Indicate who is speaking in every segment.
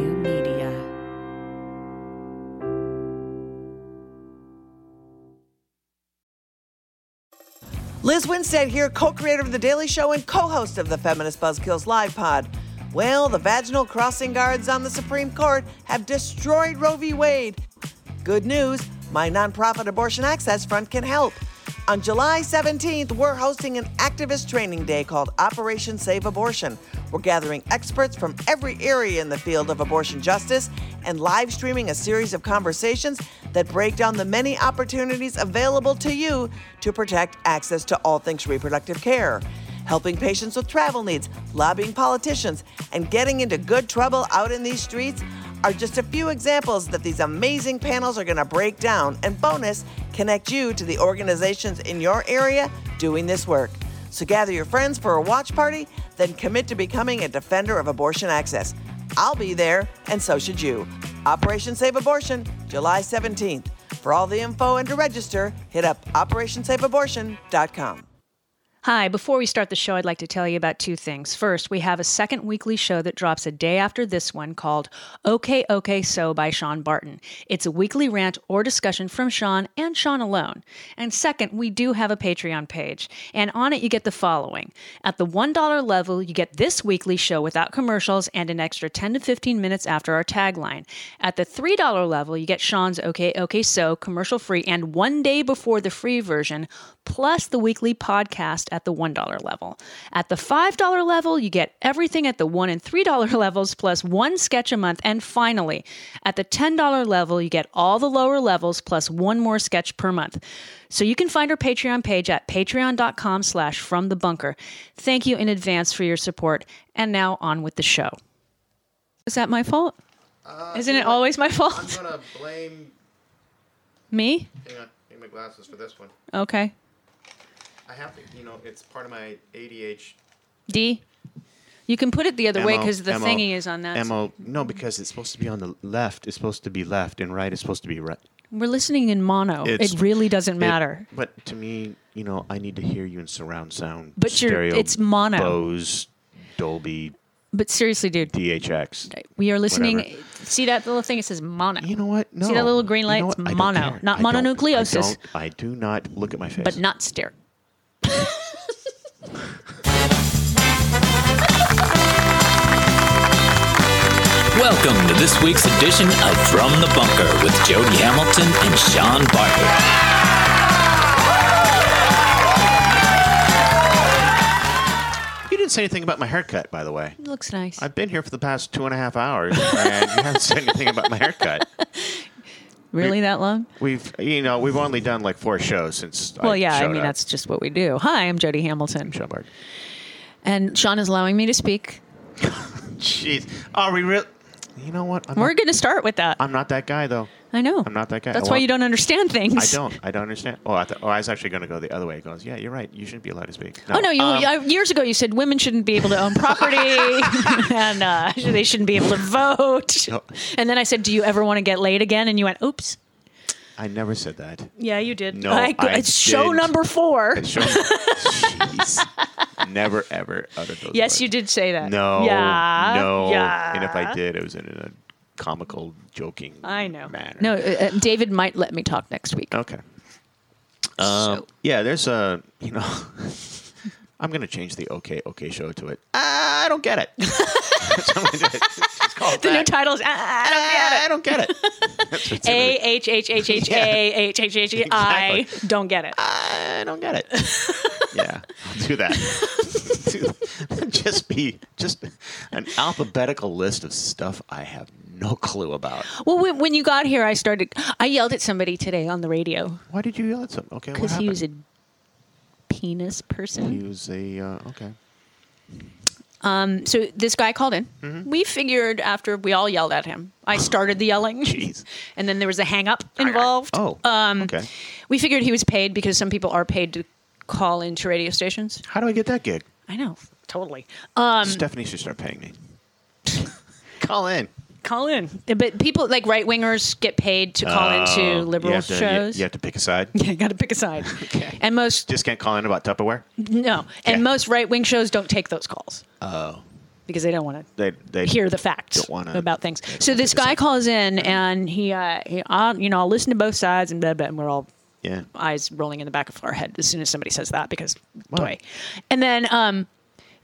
Speaker 1: W Media.
Speaker 2: Liz Winstead here, co creator of The Daily Show and co host of the Feminist Buzzkills Live Pod. Well, the vaginal crossing guards on the Supreme Court have destroyed Roe v. Wade. Good news my nonprofit Abortion Access Front can help. On July 17th, we're hosting an activist training day called Operation Save Abortion. We're gathering experts from every area in the field of abortion justice and live streaming a series of conversations that break down the many opportunities available to you to protect access to all things reproductive care. Helping patients with travel needs, lobbying politicians, and getting into good trouble out in these streets are just a few examples that these amazing panels are going to break down and bonus connect you to the organizations in your area doing this work. So gather your friends for a watch party, then commit to becoming a defender of abortion access. I'll be there, and so should you. Operation Save Abortion, July 17th. For all the info and to register, hit up operationsaveabortion.com.
Speaker 3: Hi, before we start the show, I'd like to tell you about two things. First, we have a second weekly show that drops a day after this one called OK, OK, So by Sean Barton. It's a weekly rant or discussion from Sean and Sean alone. And second, we do have a Patreon page, and on it you get the following. At the $1 level, you get this weekly show without commercials and an extra 10 to 15 minutes after our tagline. At the $3 level, you get Sean's OK, OK, So commercial free and one day before the free version, plus the weekly podcast at the $1 level. At the $5 level, you get everything at the $1 and $3 levels plus one sketch a month. And finally, at the $10 level, you get all the lower levels plus one more sketch per month. So you can find our Patreon page at patreon.com slash from the bunker. Thank you in advance for your support. And now on with the show. Is that my fault? Isn't it always my
Speaker 4: I'm
Speaker 3: fault?
Speaker 4: gonna blame.
Speaker 3: Me?
Speaker 4: Hang on, I need my glasses for this one.
Speaker 3: Okay.
Speaker 4: I have to, you know, it's part of my ADH.
Speaker 3: D? You can put it the other way because the
Speaker 5: MO,
Speaker 3: thingy is on that.
Speaker 5: MO, no, because it's supposed to be on the left. It's supposed to be left, and right is supposed to be right.
Speaker 3: We're listening in mono.
Speaker 5: It's-
Speaker 3: it really doesn't
Speaker 5: It-
Speaker 3: matter.
Speaker 5: but to me, you know, I need to hear you in surround sound.
Speaker 3: But you're-
Speaker 5: stereo,
Speaker 3: it's mono.
Speaker 5: Bose, Dolby,
Speaker 3: But seriously, dude,
Speaker 5: DHX.
Speaker 3: we are listening.
Speaker 5: Whatever.
Speaker 3: See that little thing? It says mono.
Speaker 5: You know what? No.
Speaker 3: See that little green
Speaker 5: You
Speaker 3: light?
Speaker 5: know
Speaker 3: It's
Speaker 5: what? I don't
Speaker 3: mono,
Speaker 5: care.
Speaker 3: not
Speaker 5: I don't-
Speaker 3: mononucleosis.
Speaker 5: I, don't, I do not look at my face.
Speaker 3: but not stare.
Speaker 6: Welcome to this week's edition of From the Bunker with Jody Hamilton and Sean Barker.
Speaker 5: you didn't say anything about my haircut, by the way.
Speaker 3: It looks nice.
Speaker 5: I've been here for the past two and a half hours, and you haven't said anything about my haircut.
Speaker 3: really that long?
Speaker 5: We've, you know, we've only done like four shows since.
Speaker 3: Well,
Speaker 5: I
Speaker 3: yeah. I
Speaker 5: showed
Speaker 3: mean,
Speaker 5: up.
Speaker 3: that's just what we do. Hi, I'm Jody Hamilton,
Speaker 5: Sean Barker.
Speaker 3: and Sean is allowing me to speak.
Speaker 5: Jeez, are we real? You know what? I'm
Speaker 3: We're
Speaker 5: not,
Speaker 3: going to start with that. i
Speaker 5: I'm not that guy though.
Speaker 3: know.
Speaker 5: I'm not that guy.
Speaker 3: That's
Speaker 5: I
Speaker 3: why
Speaker 5: want-
Speaker 3: you don't understand
Speaker 5: I
Speaker 3: things.
Speaker 5: don't. I don't understand. Oh, I, th- oh, I was actually going to go the other way. It goes, yeah, you're right. You shouldn't be allowed to speak.
Speaker 3: Oh no! You,
Speaker 5: Um,
Speaker 3: I- years ago, you said women shouldn't be able to own property, and uh, they shouldn't be able to vote.
Speaker 5: No.
Speaker 3: And then I said, "Do you ever want to get laid again?" And you went, "Oops."
Speaker 5: I never said that.
Speaker 3: Yeah, you did.
Speaker 5: No,
Speaker 3: I-
Speaker 5: I
Speaker 3: it's show
Speaker 5: didn't.
Speaker 3: number four.
Speaker 5: It's shown- Jeez. Never ever uttered those.
Speaker 3: Yes,
Speaker 5: words.
Speaker 3: you did say that.
Speaker 5: No.
Speaker 3: Yeah.
Speaker 5: No.
Speaker 3: Yeah.
Speaker 5: And if I did, it was in a comical, joking.
Speaker 3: I know.
Speaker 5: Manner.
Speaker 3: No, uh, uh, David might let me talk next week.
Speaker 5: Okay. Um, Yeah, there's a you know. I'm gonna change the okay okay show to it. I don't get it. That's what I'm gonna do. Just call it
Speaker 3: the new
Speaker 5: that.
Speaker 3: titles. uh,
Speaker 5: I don't get it. That's what it's gonna
Speaker 3: A
Speaker 5: be.
Speaker 3: H H H H A H H H H I
Speaker 5: Exactly. Uh,
Speaker 3: don't get it.
Speaker 5: I don't get it. yeah, I'll do that. Do- just be just an alphabetical list of stuff I have no clue about.
Speaker 3: Well, when, when you got here, I started. I yelled at somebody today on the radio
Speaker 5: Why did you yell at something? Okay, what
Speaker 3: because
Speaker 5: happened?
Speaker 3: he was a penis person.
Speaker 5: He was a uh, okay.
Speaker 3: So this guy called in. We figured after we all yelled at him, I started the yelling.
Speaker 5: Jeez.
Speaker 3: And then there was a hang up involved.
Speaker 5: Oh,
Speaker 3: Um,
Speaker 5: okay.
Speaker 3: We figured he was paid because some people are paid to call into radio stations.
Speaker 5: How do I get that gig?
Speaker 3: I know, totally. Um,
Speaker 5: Stephanie should start paying me. Call in.
Speaker 3: call in, but people like right wingers get paid to call
Speaker 5: Oh,
Speaker 3: into liberal
Speaker 5: you have to, you-
Speaker 3: shows.
Speaker 5: You, have to pick a side.
Speaker 3: yeah, got to pick a side. And most
Speaker 5: Just can't call in about Tupperware.
Speaker 3: no, and
Speaker 5: Yeah.
Speaker 3: most right wing shows don't take those calls.
Speaker 5: Oh,
Speaker 3: because they don't want to
Speaker 5: They they
Speaker 3: hear the facts
Speaker 5: Don't wanna-
Speaker 3: about things.
Speaker 5: they don't
Speaker 3: So
Speaker 5: wanna
Speaker 3: this
Speaker 5: do
Speaker 3: guy calls in
Speaker 5: Uh-huh.
Speaker 3: and he, uh, he uh, you know, I'll listen to both sides and blah, blah, and we're all
Speaker 5: Yeah.
Speaker 3: eyes rolling in the back of our head as soon as somebody says that because boy. And then, um,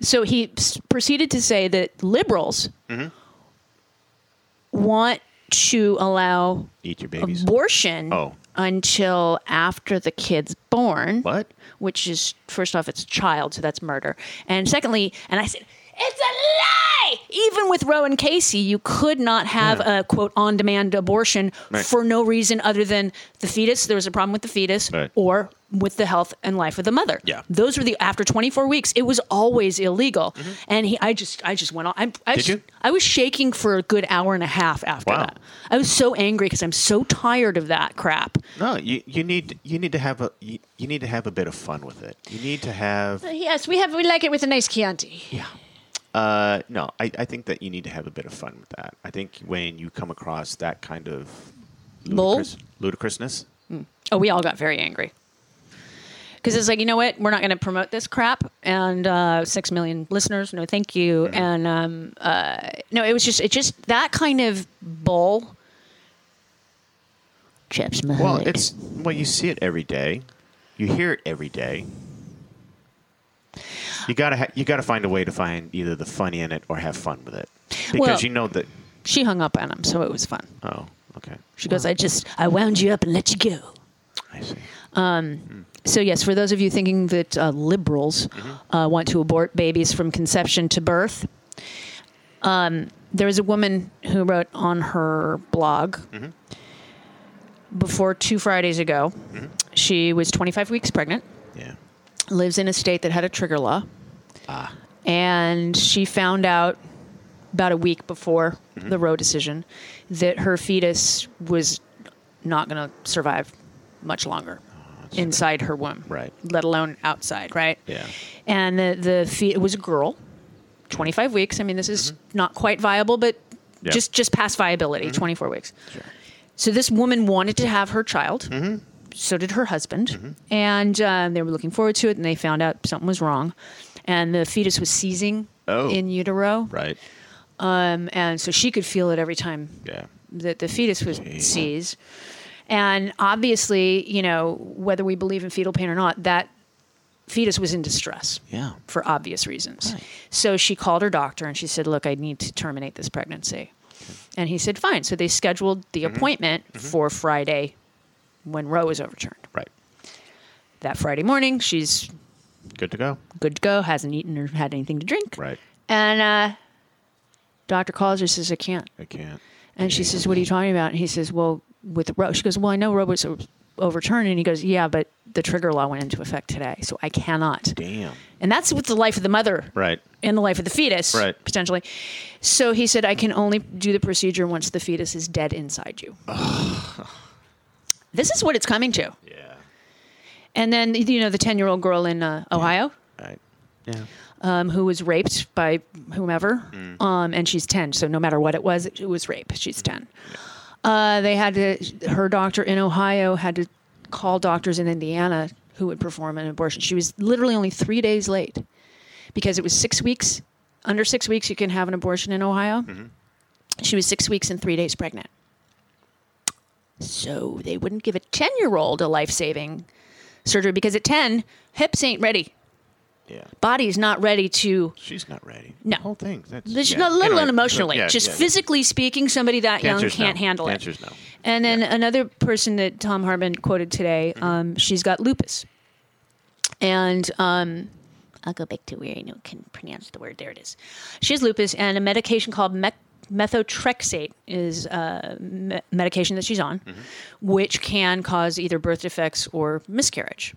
Speaker 3: so he s- proceeded to say that liberals
Speaker 5: Mm-hmm.
Speaker 3: want to allow
Speaker 5: Eat your babies.
Speaker 3: abortion
Speaker 5: Oh.
Speaker 3: until after the kid's born
Speaker 5: What?
Speaker 3: which is first off it's a child so that's murder and secondly and i said it's a lie even with roe and casey you could not have
Speaker 5: Yeah.
Speaker 3: a quote on demand abortion
Speaker 5: Right.
Speaker 3: for no reason other than the fetus there was a problem with the fetus
Speaker 5: Right.
Speaker 3: or with the health and life of the mother
Speaker 5: Yeah.
Speaker 3: those were the after 24 weeks it was always illegal and he i just i just went on i, I,
Speaker 5: Mm-hmm. Did you?
Speaker 3: I was shaking for a good hour and a half after
Speaker 5: Wow.
Speaker 3: that i was so angry because i'm so tired of that crap
Speaker 5: No, you, you need you need to have a you, you need to have a bit of fun with it. You need to have
Speaker 3: yes we have we like it with a nice chianti
Speaker 5: uh no, I, I think that you need to have a bit of fun with that. I think when you come across that kind of
Speaker 3: Bull?
Speaker 5: ludicrous, ludicrousness,
Speaker 3: Oh, we all got very angry. Because it's like, you know what? We're not going to promote this crap. And uh, six million listeners, no thank you. And um, uh, no, it was just, it just, that kind of bull. Chips my
Speaker 5: well,
Speaker 3: hood.
Speaker 5: it's well you see it every day, you hear it every day. You gotta ha- you gotta find a way to find either the fun in it or have fun with it because
Speaker 3: Well-
Speaker 5: you know that.
Speaker 3: She hung up on him, so it was fun.
Speaker 5: Oh, okay.
Speaker 3: She goes, I just, I wound you up and let you go.
Speaker 5: I see.
Speaker 3: So, yes, for those of you thinking that uh, liberals uh, want to abort babies from conception to birth, um, there was a woman who wrote on her blog before two Fridays ago. She was 25 weeks pregnant,
Speaker 5: Yeah.
Speaker 3: lives in a state that had a trigger law.
Speaker 5: Ah.
Speaker 3: And she found out about a week before
Speaker 5: Mm-hmm.
Speaker 3: the Roe decision that her fetus was not going to survive much longer inside her womb,
Speaker 5: Ah, Right.
Speaker 3: Let alone outside, right?
Speaker 5: Yeah.
Speaker 3: And the the fe- it was a girl, 25 weeks. I mean, this is not quite viable, but
Speaker 5: Mm-hmm. Yeah. Mm-hmm.
Speaker 3: just just past viability, 24 weeks. So this woman wanted to have her child.
Speaker 5: Mm-hmm.
Speaker 3: So did her husband, and um, they were looking forward to it. And they found out something was wrong, and the fetus was seizing
Speaker 5: Oh.
Speaker 3: in utero,
Speaker 5: Right.
Speaker 3: um, and so she could feel it every time
Speaker 5: Yeah.
Speaker 3: that the fetus was seized. And obviously, you know, whether we believe in fetal pain or not, that fetus was in distress
Speaker 5: Yeah.
Speaker 3: for obvious reasons.
Speaker 5: Right.
Speaker 3: So she called her doctor and she said, Look, I need to terminate this pregnancy. And he said, Fine. So they scheduled the
Speaker 5: Mm-hmm.
Speaker 3: appointment for Friday when Roe was overturned.
Speaker 5: Right.
Speaker 3: That Friday morning, she's
Speaker 5: Good to go.
Speaker 3: good to go, hasn't eaten or had anything to drink.
Speaker 5: Right.
Speaker 3: And uh, doctor calls her says, I can't.
Speaker 5: I can't.
Speaker 3: And she says, "What are you talking about?" And he says, "Well, with Roe." She goes, "Well, I know Roe was o- overturned." And he goes, "Yeah, but the trigger law went into effect today, so I cannot."
Speaker 5: Damn.
Speaker 3: And that's with the life of the mother,
Speaker 5: Right.
Speaker 3: And the life of the fetus,
Speaker 5: Right.
Speaker 3: Potentially. So he said, "I can only do the procedure once the fetus is dead inside you." this is what it's coming to.
Speaker 5: Yeah.
Speaker 3: And then you know the ten-year-old girl in uh, Ohio
Speaker 5: Right. Yeah.
Speaker 3: um, who was raped by whomever, um, and she's 10. So no matter what it was, it was rape. She's 10. Uh, they had to, her doctor in Ohio had to call doctors in Indiana who would perform an abortion. She was literally only three days late because it was six weeks. Under six weeks, you can have an abortion in Ohio. She was six weeks and three days pregnant. So they wouldn't give a 10 year old a life saving surgery because at 10, hips ain't ready.
Speaker 5: Yeah.
Speaker 3: Body's not ready to
Speaker 5: She's not ready.
Speaker 3: No.
Speaker 5: The whole thing. That's,
Speaker 3: this,
Speaker 5: yeah.
Speaker 3: not, let
Speaker 5: Anyway,
Speaker 3: alone emotionally.
Speaker 5: yeah,
Speaker 3: just
Speaker 5: yeah.
Speaker 3: physically speaking, somebody that
Speaker 5: Cancers,
Speaker 3: young can't
Speaker 5: no.
Speaker 3: handle
Speaker 5: Cancers,
Speaker 3: it.
Speaker 5: no.
Speaker 3: And then another person that Tom Harbin quoted today,
Speaker 5: Mm-hmm.
Speaker 3: um, she's got lupus. And um, I'll go back to where I know can pronounce the word. There it is. She has lupus, and a medication called meth- methotrexate is a me- medication that she's on,
Speaker 5: Mm-hmm.
Speaker 3: which can cause either birth defects or miscarriage.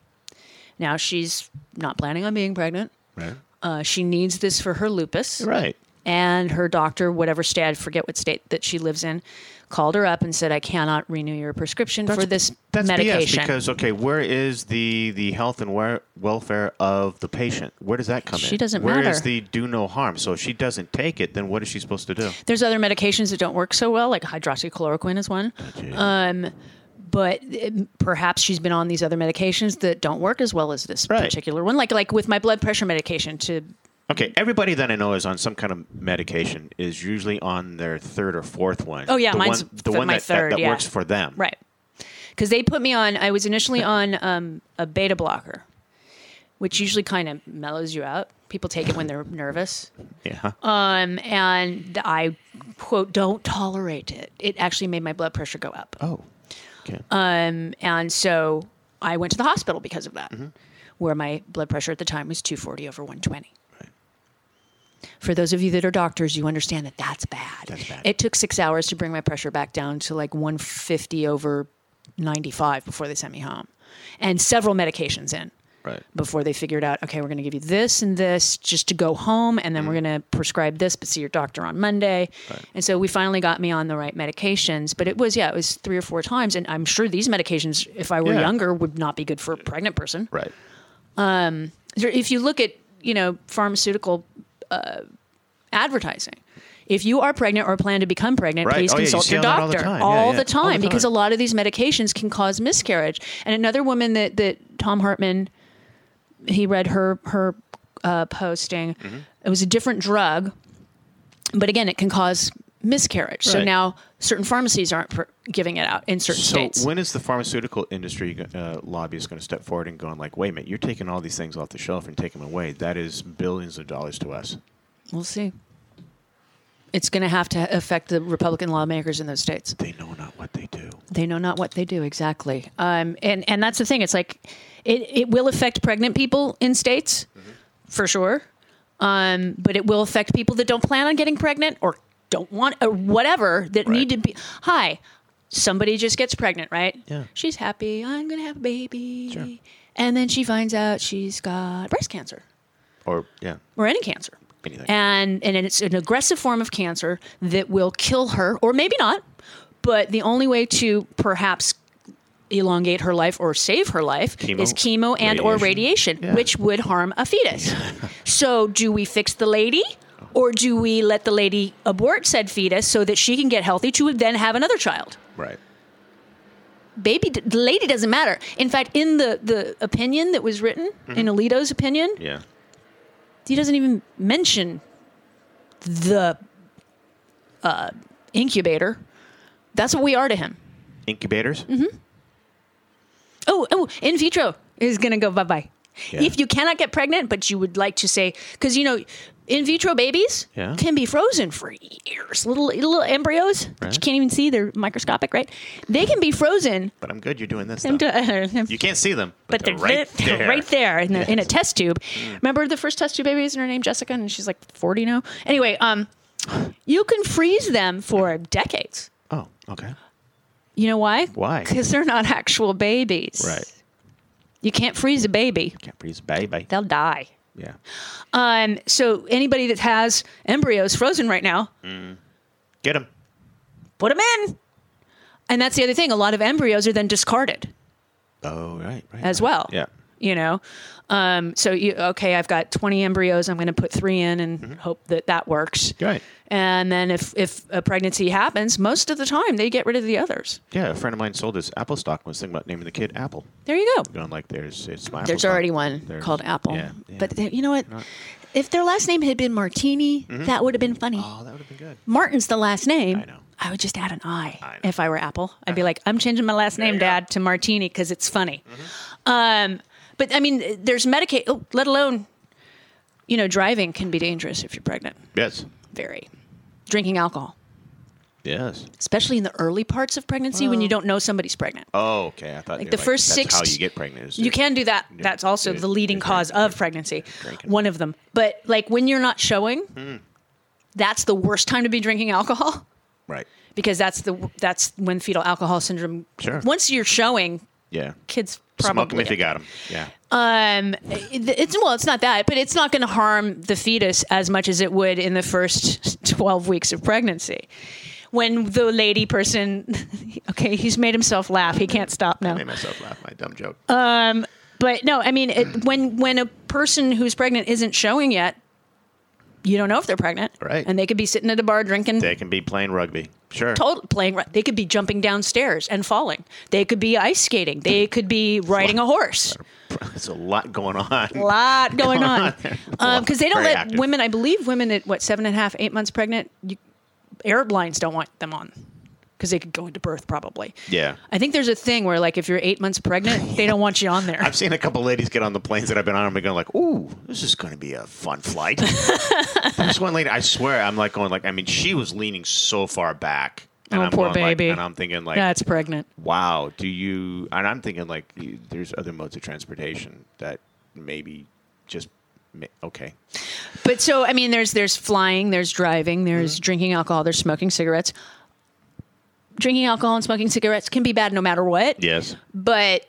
Speaker 3: Now she's not planning on being pregnant.
Speaker 5: Right.
Speaker 3: Uh, she needs this for her lupus
Speaker 5: Right.
Speaker 3: and her doctor, whatever state, I forget what state that she lives in, called her up and said, "I cannot renew your prescription for this
Speaker 5: That's
Speaker 3: medication."
Speaker 5: BS because okay, where is the the health and where, welfare of the patient? Where does that come in?
Speaker 3: She doesn't
Speaker 5: Where
Speaker 3: matter.
Speaker 5: is the do no harm? So if she doesn't take it, then what is she supposed to do?
Speaker 3: There's other medications that don't work so well, like hydroxychloroquine is one. Um, but um, perhaps she's been on these other medications that don't work as well as this
Speaker 5: Right.
Speaker 3: particular one, like like with my blood pressure medication to
Speaker 5: Okay, everybody that I know is on some kind of medication is usually on their third or fourth one.
Speaker 3: Oh, yeah,
Speaker 5: the
Speaker 3: mine's
Speaker 5: one, the
Speaker 3: th-
Speaker 5: one
Speaker 3: my
Speaker 5: that,
Speaker 3: third,
Speaker 5: that, that
Speaker 3: yeah.
Speaker 5: works for them.
Speaker 3: Right. Because they put me on, I was initially on um, a beta blocker, which usually kind of mellows you out. People take it when they're nervous.
Speaker 5: Yeah.
Speaker 3: Um, and I, quote, don't tolerate it. It actually made my blood pressure go up.
Speaker 5: oh. Okay.
Speaker 3: Um, and so I went to the hospital because of
Speaker 5: Mm-hmm.
Speaker 3: that, where my blood pressure at the time was 240 over 120. For those of you that are doctors, you understand that that's bad.
Speaker 5: That's bad.
Speaker 3: It took six hours to bring my pressure back down to like 150 over 95 before they sent me home, and several medications in
Speaker 5: right.
Speaker 3: before they figured out, okay, we're going to give you this and this just to go home, and then
Speaker 5: Mm.
Speaker 3: we're going to prescribe this, but see your doctor on Monday. And so we finally got me on the right medications, but it was, yeah, it was three or four times. And I'm sure these medications, if I were
Speaker 5: Yeah.
Speaker 3: younger, would not be good for a pregnant person.
Speaker 5: Right.
Speaker 3: There- If you look at, you know, pharmaceutical uh, advertising, if you are pregnant or plan to become pregnant,
Speaker 5: Right.
Speaker 3: please
Speaker 5: Oh, yeah, you
Speaker 3: consult
Speaker 5: see
Speaker 3: your
Speaker 5: all that all the
Speaker 3: doctor
Speaker 5: time. Yeah,
Speaker 3: all,
Speaker 5: yeah.
Speaker 3: the time,
Speaker 5: All the
Speaker 3: because a
Speaker 5: time.
Speaker 3: lot of these medications can cause miscarriage. And another woman that that Tom Hartman he read her her uh, posting.
Speaker 5: Mm-hmm.
Speaker 3: It was a different drug, but again, it can cause miscarriage. So
Speaker 5: Right.
Speaker 3: now certain pharmacies aren't pr- giving it out in certain
Speaker 5: So
Speaker 3: states.
Speaker 5: when is the pharmaceutical industry uh, lobbyist going to step forward and going like, wait a minute, you're taking all these things off the shelf and taking them away. That is billions of dollars to us.
Speaker 3: we'll see. It's going to have to affect the Republican lawmakers in those states.
Speaker 5: They know not what they do.
Speaker 3: They know not what they do exactly. Um, and and that's the thing. It's like it it will affect pregnant people in states
Speaker 5: Mm-hmm.
Speaker 3: for sure. Um, but it will affect people that don't plan on getting pregnant or don't want or whatever that
Speaker 5: Right.
Speaker 3: need to be. Hi, somebody just gets pregnant, right?
Speaker 5: Yeah.
Speaker 3: She's happy. I'm gonna have a baby. And then she finds out she's got breast cancer
Speaker 5: Or yeah,
Speaker 3: or any cancer.
Speaker 5: Anything.
Speaker 3: And and it's an aggressive form of cancer that will kill her, or maybe not. But the only way to perhaps elongate her life or save her life
Speaker 5: Chemo?
Speaker 3: is chemo and or
Speaker 5: Radiation?
Speaker 3: radiation,
Speaker 5: Yeah.
Speaker 3: which would harm a fetus. so do we fix the lady? Or do we let the lady abort said fetus so that she can get healthy to then have another child?
Speaker 5: right.
Speaker 3: baby the lady doesn't matter in fact in the the opinion that was written
Speaker 5: Mm-hmm.
Speaker 3: in alito's opinion
Speaker 5: Yeah.
Speaker 3: he doesn't even mention the uh, incubator that's what we are to him
Speaker 5: Incubators.
Speaker 3: Mm-hmm. oh oh in vitro is gonna go bye-bye
Speaker 5: Yeah.
Speaker 3: if you cannot get pregnant but you would like to say because you know in vitro babies
Speaker 5: Yeah.
Speaker 3: can be frozen for years little little embryos that you
Speaker 5: Right.
Speaker 3: can't even see they're microscopic right they can be frozen
Speaker 5: But I'm good. You're doing this.
Speaker 3: I'm
Speaker 5: though.
Speaker 3: do-
Speaker 5: you can't see them,
Speaker 3: but they're,
Speaker 5: right
Speaker 3: right, they're
Speaker 5: there. Mm.
Speaker 3: right there in, the, in a test tube. Remember the first test tube baby is her name Jessica, and she's like forty now. Anyway, um, you can freeze them for decades.
Speaker 5: Oh, okay.
Speaker 3: You know why?
Speaker 5: Why?
Speaker 3: Because they're not actual babies.
Speaker 5: Right.
Speaker 3: You can't freeze a baby;
Speaker 5: Can't freeze a baby.
Speaker 3: they'll die.
Speaker 5: Yeah.
Speaker 3: Um, so anybody that has embryos frozen right now,
Speaker 5: Mm. Get them.
Speaker 3: put them in. And that's the other thing. A lot of embryos are then discarded.
Speaker 5: Oh, right, right.
Speaker 3: as
Speaker 5: right.
Speaker 3: well.
Speaker 5: Yeah.
Speaker 3: You know, um, so you okay? I've got 20 embryos. I'm going to put three in and hope that that works.
Speaker 5: Mm-hmm. Right.
Speaker 3: And then if if a pregnancy happens, most of the time they get rid of the others.
Speaker 5: Yeah, a friend of mine sold his Apple stock and was thinking about naming the kid Apple.
Speaker 3: There you go.
Speaker 5: Going like, there's it's my.
Speaker 3: There's
Speaker 5: Apple
Speaker 3: already
Speaker 5: stock.
Speaker 3: one
Speaker 5: There's-
Speaker 3: called Apple.
Speaker 5: Yeah, yeah.
Speaker 3: But they- you know what? If their last name had been Martini, that would have been funny.
Speaker 5: Mm-hmm. oh, that would have been good.
Speaker 3: Martin's the last name.
Speaker 5: I know.
Speaker 3: I would just add an I,
Speaker 5: know.
Speaker 3: if I were Apple. I'd be like, I'm changing my last name, Dad, to Martini because it's funny.
Speaker 5: Mm-hmm.
Speaker 3: Um, but I mean, there's Medicaid, oh, let alone, you know, driving can be dangerous if you're pregnant.
Speaker 5: Yes.
Speaker 3: Very. Drinking alcohol,
Speaker 5: Yes.
Speaker 3: especially in the early parts of pregnancy when you don't know somebody's pregnant.
Speaker 5: Oh, okay. I thought you were
Speaker 3: the first
Speaker 5: that's
Speaker 3: six
Speaker 5: How
Speaker 3: t-
Speaker 5: you get pregnant? Is
Speaker 3: You can do that. That's also
Speaker 5: Yeah.
Speaker 3: the leading
Speaker 5: Yeah.
Speaker 3: cause of pregnancy,
Speaker 5: Drinking. Hmm.
Speaker 3: one of them. But like when you're not showing, that's the worst time to be drinking alcohol.
Speaker 5: Right.
Speaker 3: because that's the that's when fetal alcohol syndrome.
Speaker 5: Sure.
Speaker 3: Once you're showing
Speaker 5: Yeah.
Speaker 3: kids,
Speaker 5: Smoke them
Speaker 3: probably
Speaker 5: if you got them. Yeah.
Speaker 3: um, it- it's well, it's not that, but it's not going to harm the fetus as much as it would in the first twelve weeks of pregnancy. When the lady person, okay, he's made himself laugh. He can't stop now. Um,
Speaker 5: Made myself laugh. My dumb joke.
Speaker 3: But no, I mean, it, when when a person who's pregnant isn't showing yet, you don't know if they're pregnant,
Speaker 5: Right.
Speaker 3: And they could be sitting at a bar drinking.
Speaker 5: they can be playing rugby. Sure.
Speaker 3: total playing ru- they could be jumping downstairs and falling they could be ice skating they could be riding a horse
Speaker 5: There's a lot going on.
Speaker 3: A lot going on
Speaker 5: there.
Speaker 3: because they don't let
Speaker 5: Very active.
Speaker 3: women. I believe women at what seven and a half, eight months pregnant, you, airlines don't want them on because they could go into birth probably.
Speaker 5: Yeah.
Speaker 3: I think there's a thing where like if you're eight months pregnant, they don't want you on there.
Speaker 5: I've seen a couple ladies get on the planes that I've been on and be going like, "Ooh, this is going to be a fun flight." There's one lady, I swear, I'm like going like, I mean, she was leaning so far back, and
Speaker 3: Oh,
Speaker 5: I'm
Speaker 3: poor
Speaker 5: going, like-
Speaker 3: baby.
Speaker 5: and I'm thinking like,
Speaker 3: That's pregnant.
Speaker 5: wow, do you? And I'm thinking like, you- there's other modes of transportation that maybe just ma- okay.
Speaker 3: But so I mean, there's there's flying, there's driving, there's
Speaker 5: Mm-hmm.
Speaker 3: drinking alcohol, there's smoking cigarettes. Drinking alcohol and smoking cigarettes can be bad no matter what.
Speaker 5: Yes.
Speaker 3: But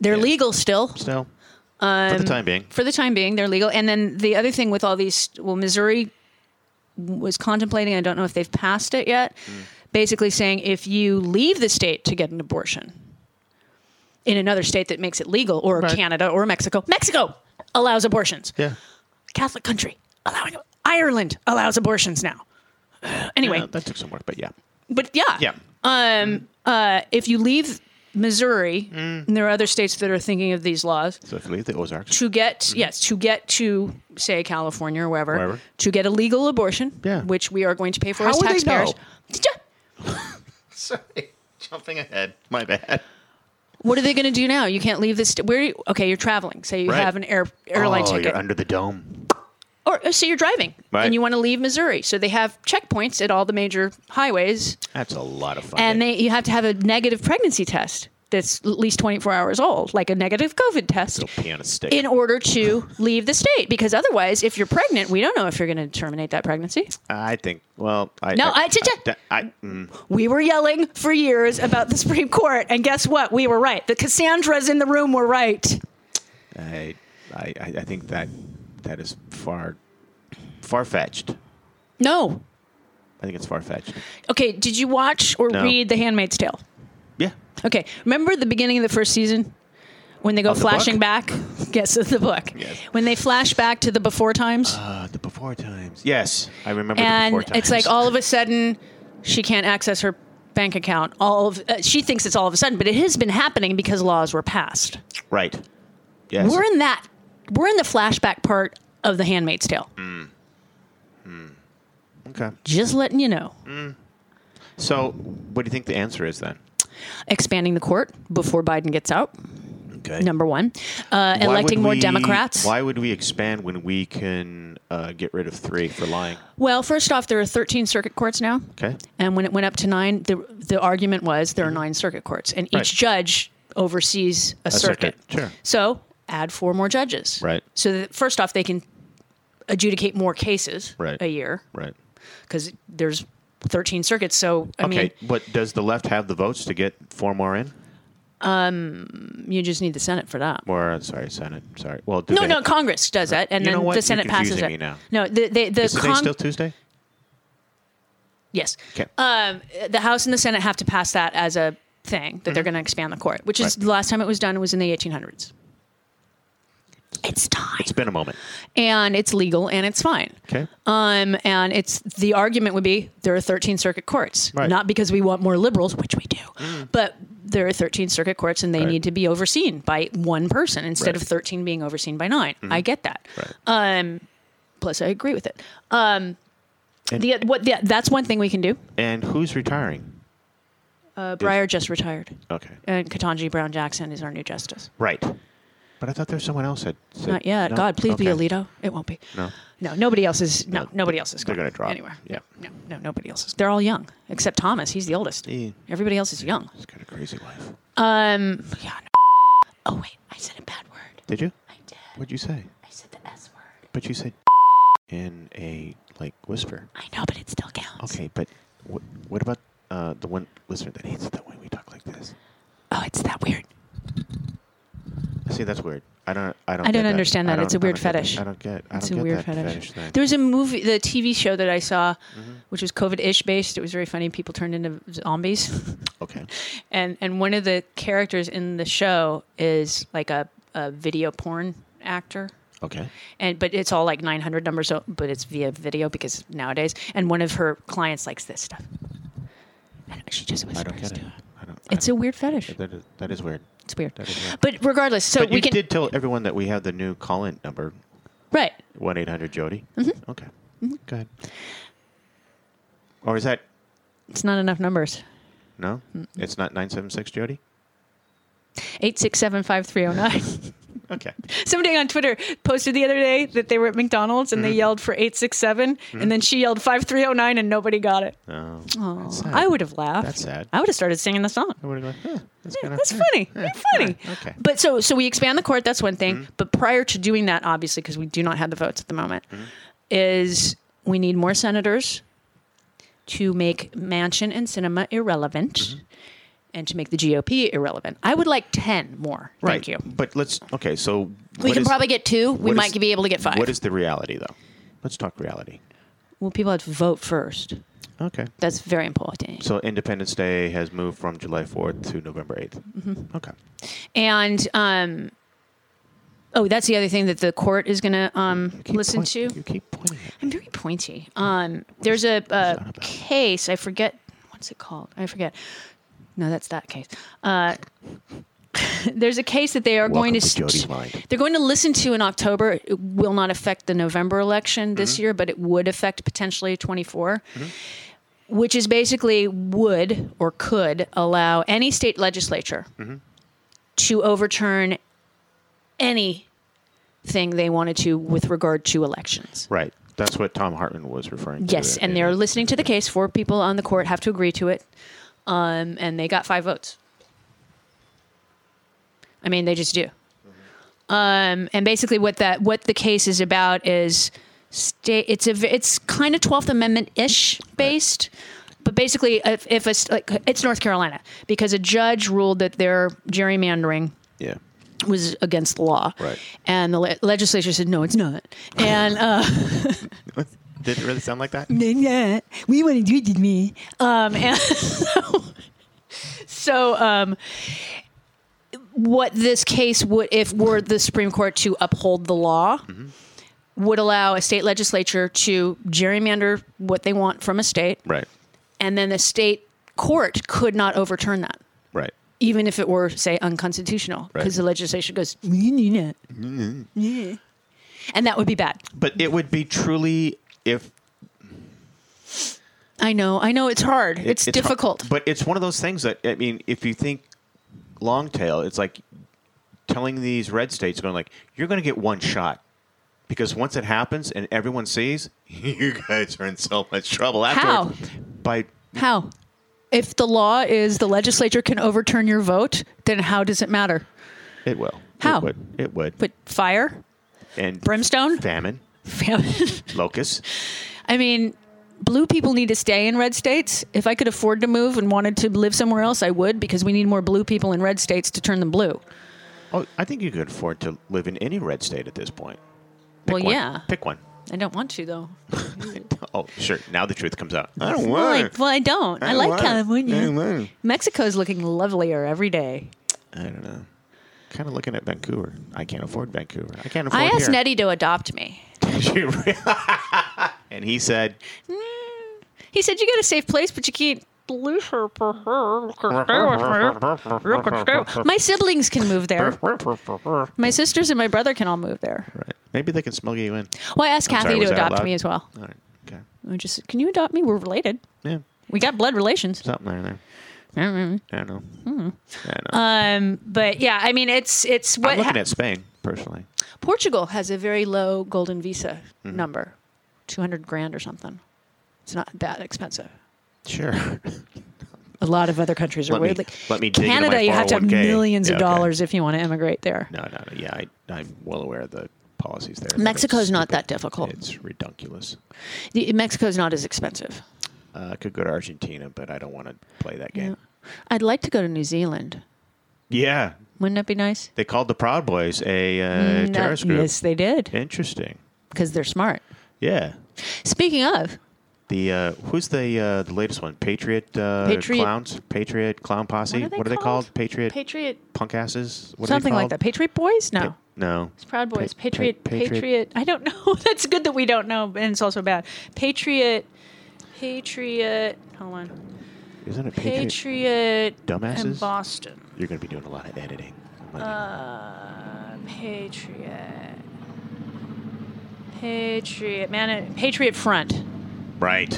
Speaker 3: they're
Speaker 5: Yeah.
Speaker 3: legal still
Speaker 5: So,
Speaker 3: Um,
Speaker 5: for the time being,
Speaker 3: for the time being. They're legal. And then the other thing with all these, well, Missouri was contemplating. I don't know if they've passed it yet.
Speaker 5: Hmm.
Speaker 3: Basically saying if you leave the state to get an abortion in another state that makes it legal, or
Speaker 5: Right.
Speaker 3: Canada or Mexico, Mexico allows abortions.
Speaker 5: yeah.
Speaker 3: Catholic country allowing Ireland allows abortions now. Anyway,
Speaker 5: Uh, that took some work, but yeah.
Speaker 3: but yeah,
Speaker 5: Yeah.
Speaker 3: Um, uh, if you leave Missouri,
Speaker 5: Mm.
Speaker 3: and there are other states that are thinking of these laws
Speaker 5: So if you leave the Ozarks,
Speaker 3: to get yes to get to say California or wherever,
Speaker 5: Mm-hmm. Wherever.
Speaker 3: to get a legal abortion,
Speaker 5: Yeah.
Speaker 3: which we are going to pay for
Speaker 5: How
Speaker 3: as
Speaker 5: would they
Speaker 3: taxpayers.
Speaker 5: sorry, jumping ahead. My bad.
Speaker 3: What are they going to do now? You can't leave this. St- where? Okay, you're traveling. Say you
Speaker 5: Right.
Speaker 3: have an air, airline
Speaker 5: oh,
Speaker 3: ticket,
Speaker 5: you're under the dome.
Speaker 3: or uh, say you're driving
Speaker 5: Right.
Speaker 3: and you want to leave Missouri. So they have checkpoints at all the major highways.
Speaker 5: That's a lot of fun.
Speaker 3: and they you have to have a negative pregnancy test that's at least 24 hours old like a negative covid test
Speaker 5: They'll pee on a stick.
Speaker 3: in order to leave the state because otherwise if you're pregnant we don't know if you're going to terminate that pregnancy
Speaker 5: I think. Well, I
Speaker 3: No, I-
Speaker 5: I,
Speaker 3: t- t-
Speaker 5: I- I- mm,
Speaker 3: we were yelling for years about the supreme court and guess what we were right the cassandras in the room were right
Speaker 5: I, I, I I think that that is far far fetched.
Speaker 3: no
Speaker 5: I think it's far fetched.
Speaker 3: okay did you watch or
Speaker 5: No.
Speaker 3: read the handmaid's tale
Speaker 5: Yeah.
Speaker 3: okay remember the beginning of the first season when they go
Speaker 5: Of the book?
Speaker 3: flashing back yes of the book
Speaker 5: Yes.
Speaker 3: when they flash back to the before times
Speaker 5: Uh, the before times. Yes, I remember. the
Speaker 3: and
Speaker 5: before times.
Speaker 3: it's like all of a sudden she can't access her bank account all of uh, she thinks it's all of a sudden but it has been happening because laws were passed
Speaker 5: right. Yes.
Speaker 3: we're in that we're in the flashback part of the handmaid's tale
Speaker 5: Mm. okay.
Speaker 3: just letting you know
Speaker 5: Mm. So, what do you think the answer is then?
Speaker 3: expanding the court before biden gets out
Speaker 5: Okay.
Speaker 3: number one uh,
Speaker 5: Why would
Speaker 3: electing more
Speaker 5: we-
Speaker 3: democrats
Speaker 5: Why would we expand when we can uh, get rid of three for lying?
Speaker 3: well first off there are 13 circuit courts now
Speaker 5: Okay.
Speaker 3: And when it went up to nine, the the argument was there are nine circuit courts, and each
Speaker 5: Mm-hmm. Right.
Speaker 3: judge oversees a, circuit.
Speaker 5: circuit, sure.
Speaker 3: So add four more judges.
Speaker 5: Right.
Speaker 3: So that first off, they can adjudicate more cases
Speaker 5: Right.
Speaker 3: a year
Speaker 5: Right.
Speaker 3: because there's 13 circuits. So I
Speaker 5: okay. But does the left have the votes to get four more in?
Speaker 3: mean, you just need the Senate for that.
Speaker 5: Or uh, sorry, Senate. Sorry. Well, do
Speaker 3: No,
Speaker 5: they-
Speaker 3: no, Congress does that, and
Speaker 5: You know
Speaker 3: then
Speaker 5: what?
Speaker 3: the
Speaker 5: You're
Speaker 3: Senate passes
Speaker 5: confusing
Speaker 3: it.
Speaker 5: me now.
Speaker 3: No, the the, the
Speaker 5: Is today
Speaker 3: Cong-
Speaker 5: still Tuesday?
Speaker 3: yes.
Speaker 5: Okay.
Speaker 3: um, the House and the Senate have to pass that as a thing that they're going to expand the court, which is
Speaker 5: Mm-hmm. Right.
Speaker 3: the last time it was done was in the 1800s. It's time,
Speaker 5: it's been a moment.
Speaker 3: and it's legal, and it's fine.
Speaker 5: Okay.
Speaker 3: Um, and it's the argument would be there are 13 circuit courts,
Speaker 5: Right. Mm.
Speaker 3: not because we want more liberals, which we do, but there are 13 circuit courts, and they
Speaker 5: Right.
Speaker 3: need to be overseen by one person instead
Speaker 5: Right. Mm-hmm.
Speaker 3: of 13 being overseen by 9 I get that. Um, plus, I agree with it. Um,
Speaker 5: And-
Speaker 3: the, what the, that's one thing we can do.
Speaker 5: And who's retiring?
Speaker 3: Uh, Breyer just retired.
Speaker 5: Okay.
Speaker 3: And Katanji Brown Jackson is our new justice.
Speaker 5: Right. But I thought there was someone else that said,
Speaker 3: Not yet.
Speaker 5: No?
Speaker 3: God, please be
Speaker 5: Okay.
Speaker 3: Alito. It won't be.
Speaker 5: No.
Speaker 3: No, nobody else is. No, nobody else is.
Speaker 5: they're
Speaker 3: going
Speaker 5: gonna drop.
Speaker 3: anywhere.
Speaker 5: Yeah.
Speaker 3: No, no, nobody else is. They're all young except Thomas. He's the oldest.
Speaker 5: Yeah.
Speaker 3: Everybody else is young.
Speaker 5: It's got a crazy life.
Speaker 3: Um. Yeah. No. Oh wait, I said a bad word.
Speaker 5: Did you?
Speaker 3: I did.
Speaker 5: What'd you say?
Speaker 3: I said the S word.
Speaker 5: But you said in a like whisper.
Speaker 3: I know, but it still counts.
Speaker 5: Okay, but wh- what about uh, the one listener that hates it that way we talk like this?
Speaker 3: Oh, it's that weird.
Speaker 5: See, that's weird. I don't. I don't.
Speaker 3: I
Speaker 5: get
Speaker 3: don't understand
Speaker 5: I
Speaker 3: that.
Speaker 5: don't-
Speaker 3: It's a
Speaker 5: I
Speaker 3: weird
Speaker 5: don't get that.
Speaker 3: fetish.
Speaker 5: I don't get. I
Speaker 3: It's
Speaker 5: don't
Speaker 3: a
Speaker 5: get
Speaker 3: weird
Speaker 5: that
Speaker 3: fetish.
Speaker 5: thing. Mm-hmm.
Speaker 3: There was a movie, the TV show that I saw, which was COVID-ish based. It was very funny. People turned into zombies.
Speaker 5: okay.
Speaker 3: and and one of the characters in the show is like a, a video porn actor
Speaker 5: Okay.
Speaker 3: and but it's all like 900 numbers so- but it's via video because nowadays and one of her clients likes this stuff and she just
Speaker 5: I
Speaker 3: whispers
Speaker 5: don't get
Speaker 3: to
Speaker 5: it.
Speaker 3: him
Speaker 5: I don't.
Speaker 3: It's a weird fetish.
Speaker 5: That is, that is weird.
Speaker 3: It's weird.
Speaker 5: That is weird.
Speaker 3: But regardless, so
Speaker 5: But
Speaker 3: we
Speaker 5: you
Speaker 3: can
Speaker 5: did tell everyone that we have the new call-in number,
Speaker 3: right.
Speaker 5: one eight hundred Jody. Mm-hmm. Okay, go ahead. Or is that
Speaker 3: It's not enough numbers.
Speaker 5: no? It's not nine seven six Jody.
Speaker 3: Eight six seven five three zero nine.
Speaker 5: Okay.
Speaker 3: Somebody on Twitter posted the other day that they were at McDonald's and they
Speaker 5: Mm-hmm.
Speaker 3: yelled for 867 and then she yelled 5309 and nobody got it.
Speaker 5: No.
Speaker 3: Aw,
Speaker 5: That's sad.
Speaker 3: Oh, I would have laughed.
Speaker 5: That's sad.
Speaker 3: I would have started singing the song.
Speaker 5: I would have gone. Huh, that's,
Speaker 3: Yeah,
Speaker 5: kinda,
Speaker 3: that's
Speaker 5: huh,
Speaker 3: funny.
Speaker 5: huh,
Speaker 3: That's funny.
Speaker 5: huh, Okay. Mm-hmm.
Speaker 3: But so so we expand the court. That's one thing. But prior to doing that, obviously, because we do not have the votes at the moment,
Speaker 5: Mm-hmm.
Speaker 3: is we need more senators to make mansion and cinema irrelevant,
Speaker 5: Mm-hmm.
Speaker 3: and to make the GOP irrelevant. I would like ten more.
Speaker 5: Right.
Speaker 3: Thank you.
Speaker 5: But let's okay. So
Speaker 3: We
Speaker 5: what
Speaker 3: can
Speaker 5: is-
Speaker 3: probably get two. We
Speaker 5: what
Speaker 3: might
Speaker 5: is-
Speaker 3: be able to get five.
Speaker 5: What is the reality though? Let's talk reality.
Speaker 3: well, people have to vote first.
Speaker 5: Okay.
Speaker 3: That's very important.
Speaker 5: So Independence Day has moved from July 4th to November 8th.
Speaker 3: Mm-hmm.
Speaker 5: Okay.
Speaker 3: And um, oh, that's the other thing that the court is going to um,
Speaker 5: Keep
Speaker 3: listen
Speaker 5: point-
Speaker 3: to.
Speaker 5: You keep pointing. at me.
Speaker 3: I'm very pointy. Um, there's a, a
Speaker 5: about?
Speaker 3: case. I forget what's it called. I forget. No, that's that case. Uh, there's a case that they are going to,
Speaker 5: Welcome to
Speaker 3: st-
Speaker 5: Jody's Mind.
Speaker 3: they're going to listen to in October. It will not affect the November election this
Speaker 5: Mm-hmm.
Speaker 3: year, but it would affect potentially 24.
Speaker 5: Mm-hmm.
Speaker 3: Which is basically would or could allow any state legislature
Speaker 5: Mm-hmm.
Speaker 3: to overturn anything they wanted to with regard to elections.
Speaker 5: Right. That's what Tom Hartman was referring to.
Speaker 3: Yes,
Speaker 5: in-
Speaker 3: and
Speaker 5: in
Speaker 3: they're
Speaker 5: it.
Speaker 3: listening to the case. Four people on the court have to agree to it, um, and they got five votes. I mean, they just do. Um, and basically, what that what the case is about is state. It's a v- it's kind of Twelfth Amendment ish based, but basically, if, if a, st- like, it's North Carolina because a judge ruled that their gerrymandering
Speaker 5: Yeah.
Speaker 3: was against the law,
Speaker 5: Right.
Speaker 3: And the le- legislature said, "No, it's not." And uh,
Speaker 5: Did it really sound like
Speaker 3: Mm.
Speaker 5: that?
Speaker 3: yeah, we want to do it with me. Um, and so, so, um, what this case would, if were the Supreme Court to uphold the law,
Speaker 5: Mm-hmm.
Speaker 3: would allow a state legislature to gerrymander what they want from a state,
Speaker 5: Right.
Speaker 3: and then the state court could not overturn that.
Speaker 5: Right.
Speaker 3: Even if it were, say, unconstitutional,
Speaker 5: Right. Mm-hmm.
Speaker 3: because the legislation goes, "We need it." Yeah. and that would be bad.
Speaker 5: But it would be truly if
Speaker 3: I know, I know, it's hard,
Speaker 5: it-
Speaker 3: it's,
Speaker 5: hard.
Speaker 3: difficult.
Speaker 5: but it's one of those things that I mean, if you think long tail, it's like telling these red states going like, you're going to get one shot. Because once it happens and everyone sees, you guys are in so much trouble afterward. By
Speaker 3: How? If the law is the legislature can overturn your vote, then how does it matter?
Speaker 5: it will.
Speaker 3: How?
Speaker 5: It would. It would.
Speaker 3: But fire,
Speaker 5: and
Speaker 3: brimstone,
Speaker 5: famine,
Speaker 3: famine.
Speaker 5: locusts.
Speaker 3: I mean, blue people need to stay in red states. If I could afford to move and wanted to live somewhere else, I would because we need more blue people in red states to turn them blue.
Speaker 5: Oh, I think you could afford to live in any red state at this point. Pick
Speaker 3: Well,
Speaker 5: one.
Speaker 3: yeah.
Speaker 5: Pick one.
Speaker 3: I don't want to though.
Speaker 5: Oh, sure. Now the truth comes out. I don't
Speaker 3: Well,
Speaker 5: want.
Speaker 3: I, well, I don't. I, like
Speaker 5: want it. I don't want
Speaker 3: California.
Speaker 5: it.
Speaker 3: Mexico's looking lovelier every day.
Speaker 5: I don't know. Kind of looking at Vancouver. I can't afford Vancouver. I can't afford
Speaker 3: I asked
Speaker 5: here.
Speaker 3: Nettie to adopt me.
Speaker 5: She re- and he said,
Speaker 3: He said, "You got a safe place, but you can't leave her for her. You can stay with me. You can stay- My siblings can move there. My sisters and my brother can all move there.
Speaker 5: right. Maybe they can smuggle you in.
Speaker 3: Well, I asked
Speaker 5: I'm sorry,
Speaker 3: Kathy
Speaker 5: was
Speaker 3: to
Speaker 5: that
Speaker 3: adopt
Speaker 5: loud?
Speaker 3: me as well.
Speaker 5: All right. Okay.
Speaker 3: I just, can you adopt me? We're related.
Speaker 5: Yeah.
Speaker 3: We got blood relations.
Speaker 5: Something there. there.
Speaker 3: Mm-hmm.
Speaker 5: I don't know.
Speaker 3: Hmm.
Speaker 5: I don't know.
Speaker 3: Um, but yeah, I mean, it's it's
Speaker 5: I'm
Speaker 3: what
Speaker 5: looking
Speaker 3: ha-
Speaker 5: at Spain personally.
Speaker 3: Portugal has a very low golden visa
Speaker 5: Mm-hmm.
Speaker 3: number, two hundred grand or something. It's not that expensive.
Speaker 5: Sure.
Speaker 3: A lot of other countries are
Speaker 5: Let me-
Speaker 3: weird. like
Speaker 5: let me dig into my
Speaker 3: Canada, you have to have
Speaker 5: 401k.
Speaker 3: millions of
Speaker 5: Yeah, okay.
Speaker 3: dollars if you want to immigrate there.
Speaker 5: no, no, no. Yeah, I, I'm well aware of the policies there. but
Speaker 3: Mexico's
Speaker 5: it's
Speaker 3: not that
Speaker 5: stupid.
Speaker 3: difficult.
Speaker 5: It's ridiculous.
Speaker 3: The- Mexico's not as expensive.
Speaker 5: Uh, I could go to Argentina, but I don't want to play that game.
Speaker 3: I'd like to go to New Zealand.
Speaker 5: Yeah.
Speaker 3: Wouldn't that be nice?
Speaker 5: They called the Proud Boys a uh,
Speaker 3: No-
Speaker 5: terrorist group.
Speaker 3: Yes, they did
Speaker 5: Interesting.
Speaker 3: because they're smart.
Speaker 5: Yeah.
Speaker 3: Speaking of,
Speaker 5: The uh, who's the uh, the latest one? Patriot, uh,
Speaker 3: Patriot-
Speaker 5: clowns, Patriot clown posse.
Speaker 3: What are they
Speaker 5: called?
Speaker 3: called?
Speaker 5: Patriot
Speaker 3: Patriot,
Speaker 5: punk asses. What are they
Speaker 3: something like
Speaker 5: called?
Speaker 3: that. Patriot Boys? No,
Speaker 5: Pa- no.
Speaker 3: it's Proud Boys.
Speaker 5: Pa- pa-
Speaker 3: Patriot, Patriot,
Speaker 5: Patriot-
Speaker 3: I don't know. That's good that we don't know, and it's also bad. Patriot, Patriot. Hold on.
Speaker 5: Isn't it Patriot?
Speaker 3: Patriot in
Speaker 5: Dumbasses?
Speaker 3: Boston.
Speaker 5: You're going to be doing a lot of editing. I'm letting you know.
Speaker 3: Uh, Patriot. Patriot. Man, it- Patriot Front.
Speaker 5: Right.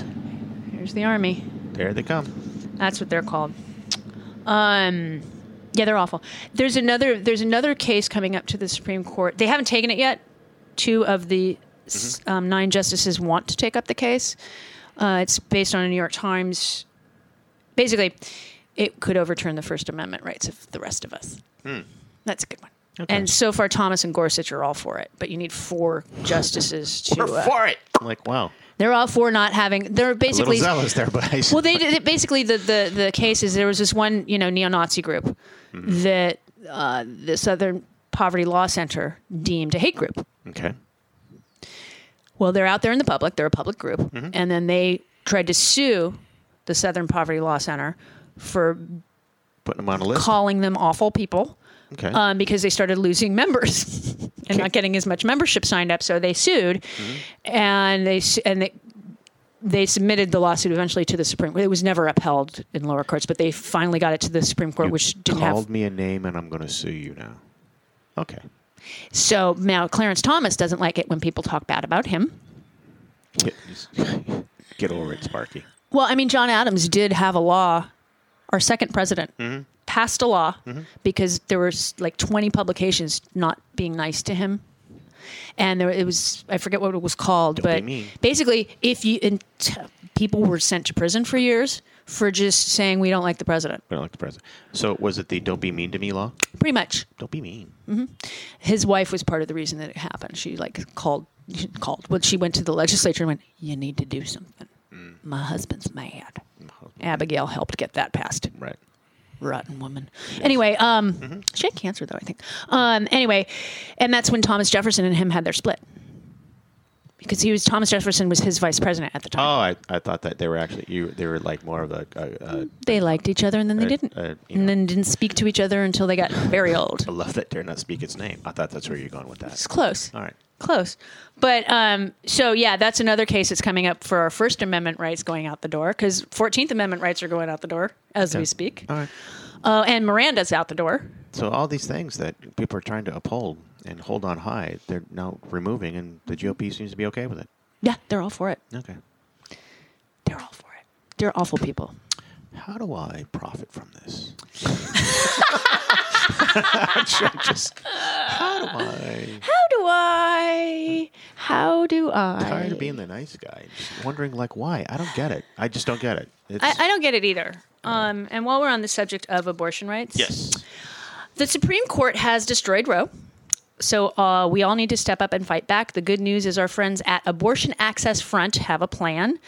Speaker 3: Here's the army.
Speaker 5: There they come.
Speaker 3: That's what they're called. Um, yeah, they're awful. There's another. There's another case coming up to the Supreme Court. They haven't taken it yet. Two of the s
Speaker 5: Mm-hmm.
Speaker 3: um, nine justices want to take up the case. Uh, it's based on a New York Times. Basically, it could overturn the First Amendment rights of the rest of us.
Speaker 5: Hmm.
Speaker 3: That's a good one. And so far, Thomas and Gorsuch are all for it, but you need four justices to. uh,
Speaker 5: it. I'm like, wow.
Speaker 3: They're all for not having. They're
Speaker 5: A little
Speaker 3: basically
Speaker 5: zealous there, but I
Speaker 3: well, they did, basically the, the the case is there was this one you know neo-Nazi group that uh, the Southern Poverty Law Center deemed a hate group.
Speaker 5: Okay.
Speaker 3: Well, they're out there in the public; they're a public group, and then they tried to sue the Southern Poverty Law Center for
Speaker 5: Putting them on a list.
Speaker 3: calling them awful people
Speaker 5: okay.
Speaker 3: um, because they started losing members and not getting as much membership signed up. So they sued,
Speaker 5: Mm-hmm.
Speaker 3: and they su- and they they submitted the lawsuit eventually to the Supreme. It was never upheld in lower courts, but they finally got it to the Supreme Court,
Speaker 5: You
Speaker 3: which didn't
Speaker 5: called
Speaker 3: have.
Speaker 5: me a name, and I'm going to sue you now. Okay.
Speaker 3: So now Clarence Thomas doesn't like it when people talk bad about him.
Speaker 5: Get, get over it, Sparky.
Speaker 3: Well, I mean, John Adams did have a law. Our second president
Speaker 5: Mm-hmm.
Speaker 3: passed a law because there were s- like 20 publications not being nice to him. And there, it was, I forget what it was called,
Speaker 5: Don't be
Speaker 3: but
Speaker 5: mean.
Speaker 3: basically, if you, and t- people were sent to prison for years for just saying, we don't like the president.
Speaker 5: We don't like the president. So was it the "Don't be mean to me" law?
Speaker 3: Pretty much.
Speaker 5: Don't be mean.
Speaker 3: His wife was part of the reason that it happened. She like called, called, when she went to the legislature and went, you need to do something.
Speaker 5: Mm.
Speaker 3: My husband's mad. Abigail helped get that passed.
Speaker 5: Right.
Speaker 3: rotten woman. Anyway, um, she had cancer though, I think. Um, anyway, and that's when Thomas Jefferson and him had their split because he was Thomas Jefferson was his vice president at the
Speaker 5: Oh,
Speaker 3: time.
Speaker 5: I, I thought that they were actually you. They were like more of a, a, a
Speaker 3: They liked each other and then they
Speaker 5: I-
Speaker 3: didn't,
Speaker 5: I- you know.
Speaker 3: and then didn't speak to each other until they got very old.
Speaker 5: I love that dare not speak its name. I thought that's where you're going with that.
Speaker 3: It's close.
Speaker 5: All right.
Speaker 3: Close. But um, so, yeah, that's another case that's coming up for our First Amendment rights going out the door because 14th Amendment rights are going out the door as we speak.
Speaker 5: All right.
Speaker 3: Uh, and Miranda's out the door.
Speaker 5: So all these things that people are trying to uphold and hold on high, they're now removing, and the GOP seems to be okay with it.
Speaker 3: Yeah, they're all for it.
Speaker 5: Okay.
Speaker 3: They're all for it. They're awful people.
Speaker 5: How do I profit from this? I'm sure just, how do I?
Speaker 3: How do I? How do
Speaker 5: Tired
Speaker 3: I?
Speaker 5: of being the nice guy, just wondering like why. I don't get it. I just don't get it. It's,
Speaker 3: I, I don't get it either. Um, and while we're on the subject of abortion rights,
Speaker 5: yes.
Speaker 3: the Supreme Court has destroyed Roe. So uh, we all need to step up and fight back. The good news is our friends at Abortion Access Front have a plan.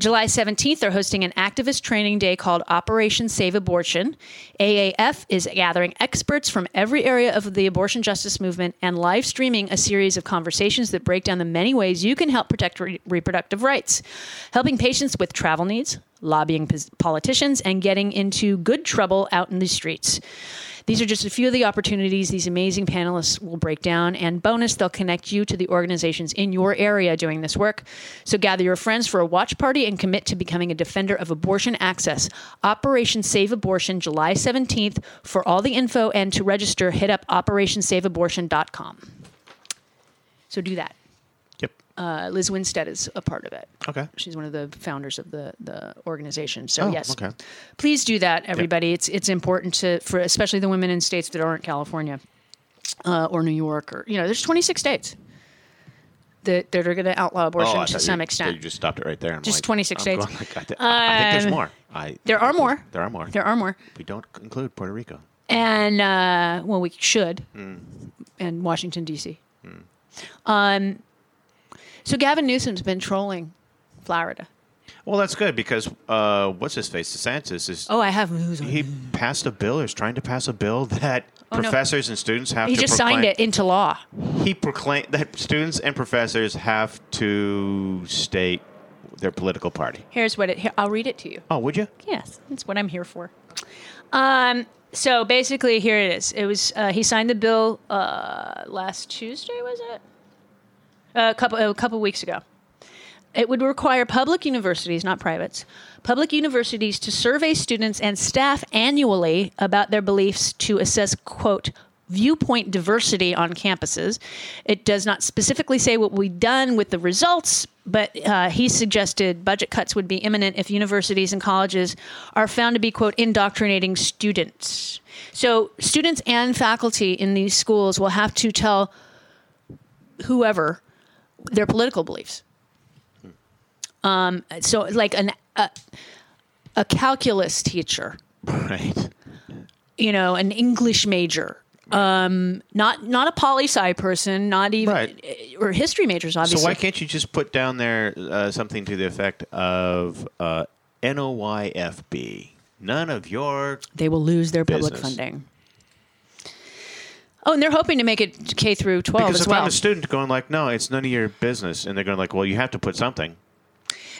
Speaker 3: July 17th, they're hosting an activist training day called Operation Save Abortion. AAF is gathering experts from every area of the abortion justice movement and live streaming a series of conversations that break down the many ways you can help protect re- reproductive rights, helping patients with travel needs, lobbying pos- politicians, and getting into good trouble out in the streets. These are just a few of the opportunities these amazing panelists will break down. And bonus, they'll connect you to the organizations in your area doing this work. So gather your friends for a watch party and commit to becoming a defender of abortion access. Operation Save Abortion, July 17th. For all the info and to register, hit up operationsaveabortion.com. So do that.
Speaker 5: Yep.
Speaker 3: Uh, Liz Winstead is a part of it.
Speaker 5: Okay.
Speaker 3: She's one of the founders of the the organization. So
Speaker 5: Oh,
Speaker 3: yes,
Speaker 5: okay.
Speaker 3: please do that, everybody. It's it's important to for especially the women in states that aren't California uh, or New York or you know there's 26 states that that are going to outlaw abortion to some extent.
Speaker 5: Oh, You just stopped it right there. I'm
Speaker 3: Just
Speaker 5: like,
Speaker 3: 26
Speaker 5: I'm
Speaker 3: states.
Speaker 5: going like, I, th- I think
Speaker 3: Um,
Speaker 5: there's more. I,
Speaker 3: there are more.
Speaker 5: There are more.
Speaker 3: there are more,
Speaker 5: We don't include Puerto Rico.
Speaker 3: and uh, well, we should,
Speaker 5: Hmm.
Speaker 3: and Washington D.C. Um, so Gavin Newsom's been trolling Florida.
Speaker 5: Well, that's good because uh, what's his face? DeSantis is.
Speaker 3: Oh, I have news. on
Speaker 5: He
Speaker 3: him.
Speaker 5: passed a bill, or is trying to pass a bill that
Speaker 3: Oh, no.
Speaker 5: professors and students have
Speaker 3: he
Speaker 5: to
Speaker 3: just
Speaker 5: proclaim,
Speaker 3: signed it into law.
Speaker 5: He proclaimed that students and professors have to state their political party.
Speaker 3: Here's what it. Here, I'll read it to you.
Speaker 5: Oh, would you?
Speaker 3: Yes, that's what I'm here for. Um, so basically, here it is. It was uh, he signed the bill uh, last Tuesday, was it? A couple a couple weeks ago. It would require public universities, not privates, public universities to survey students and staff annually about their beliefs to assess, quote, viewpoint diversity on campuses. It does not specifically say what we've done with the results, but uh, he suggested budget cuts would be imminent if universities and colleges are found to be, quote, indoctrinating students. So students and faculty in these schools will have to tell whoever their political beliefs. Um, so, like an a, a calculus teacher,
Speaker 5: Right.
Speaker 3: you know, an English major, um, not not a poli sci person, not even eh,
Speaker 5: Right.
Speaker 3: or history majors, obviously.
Speaker 5: So why can't you just put down there uh, something to the effect of uh, NOYFB? None of your
Speaker 3: they will lose their public
Speaker 5: Business.
Speaker 3: funding? Oh, and they're hoping to make it K through twelve
Speaker 5: because
Speaker 3: Oh, as
Speaker 5: if
Speaker 3: well.
Speaker 5: I'm a student going like, no, it's none of your business, and they're going like, well, you have to put something.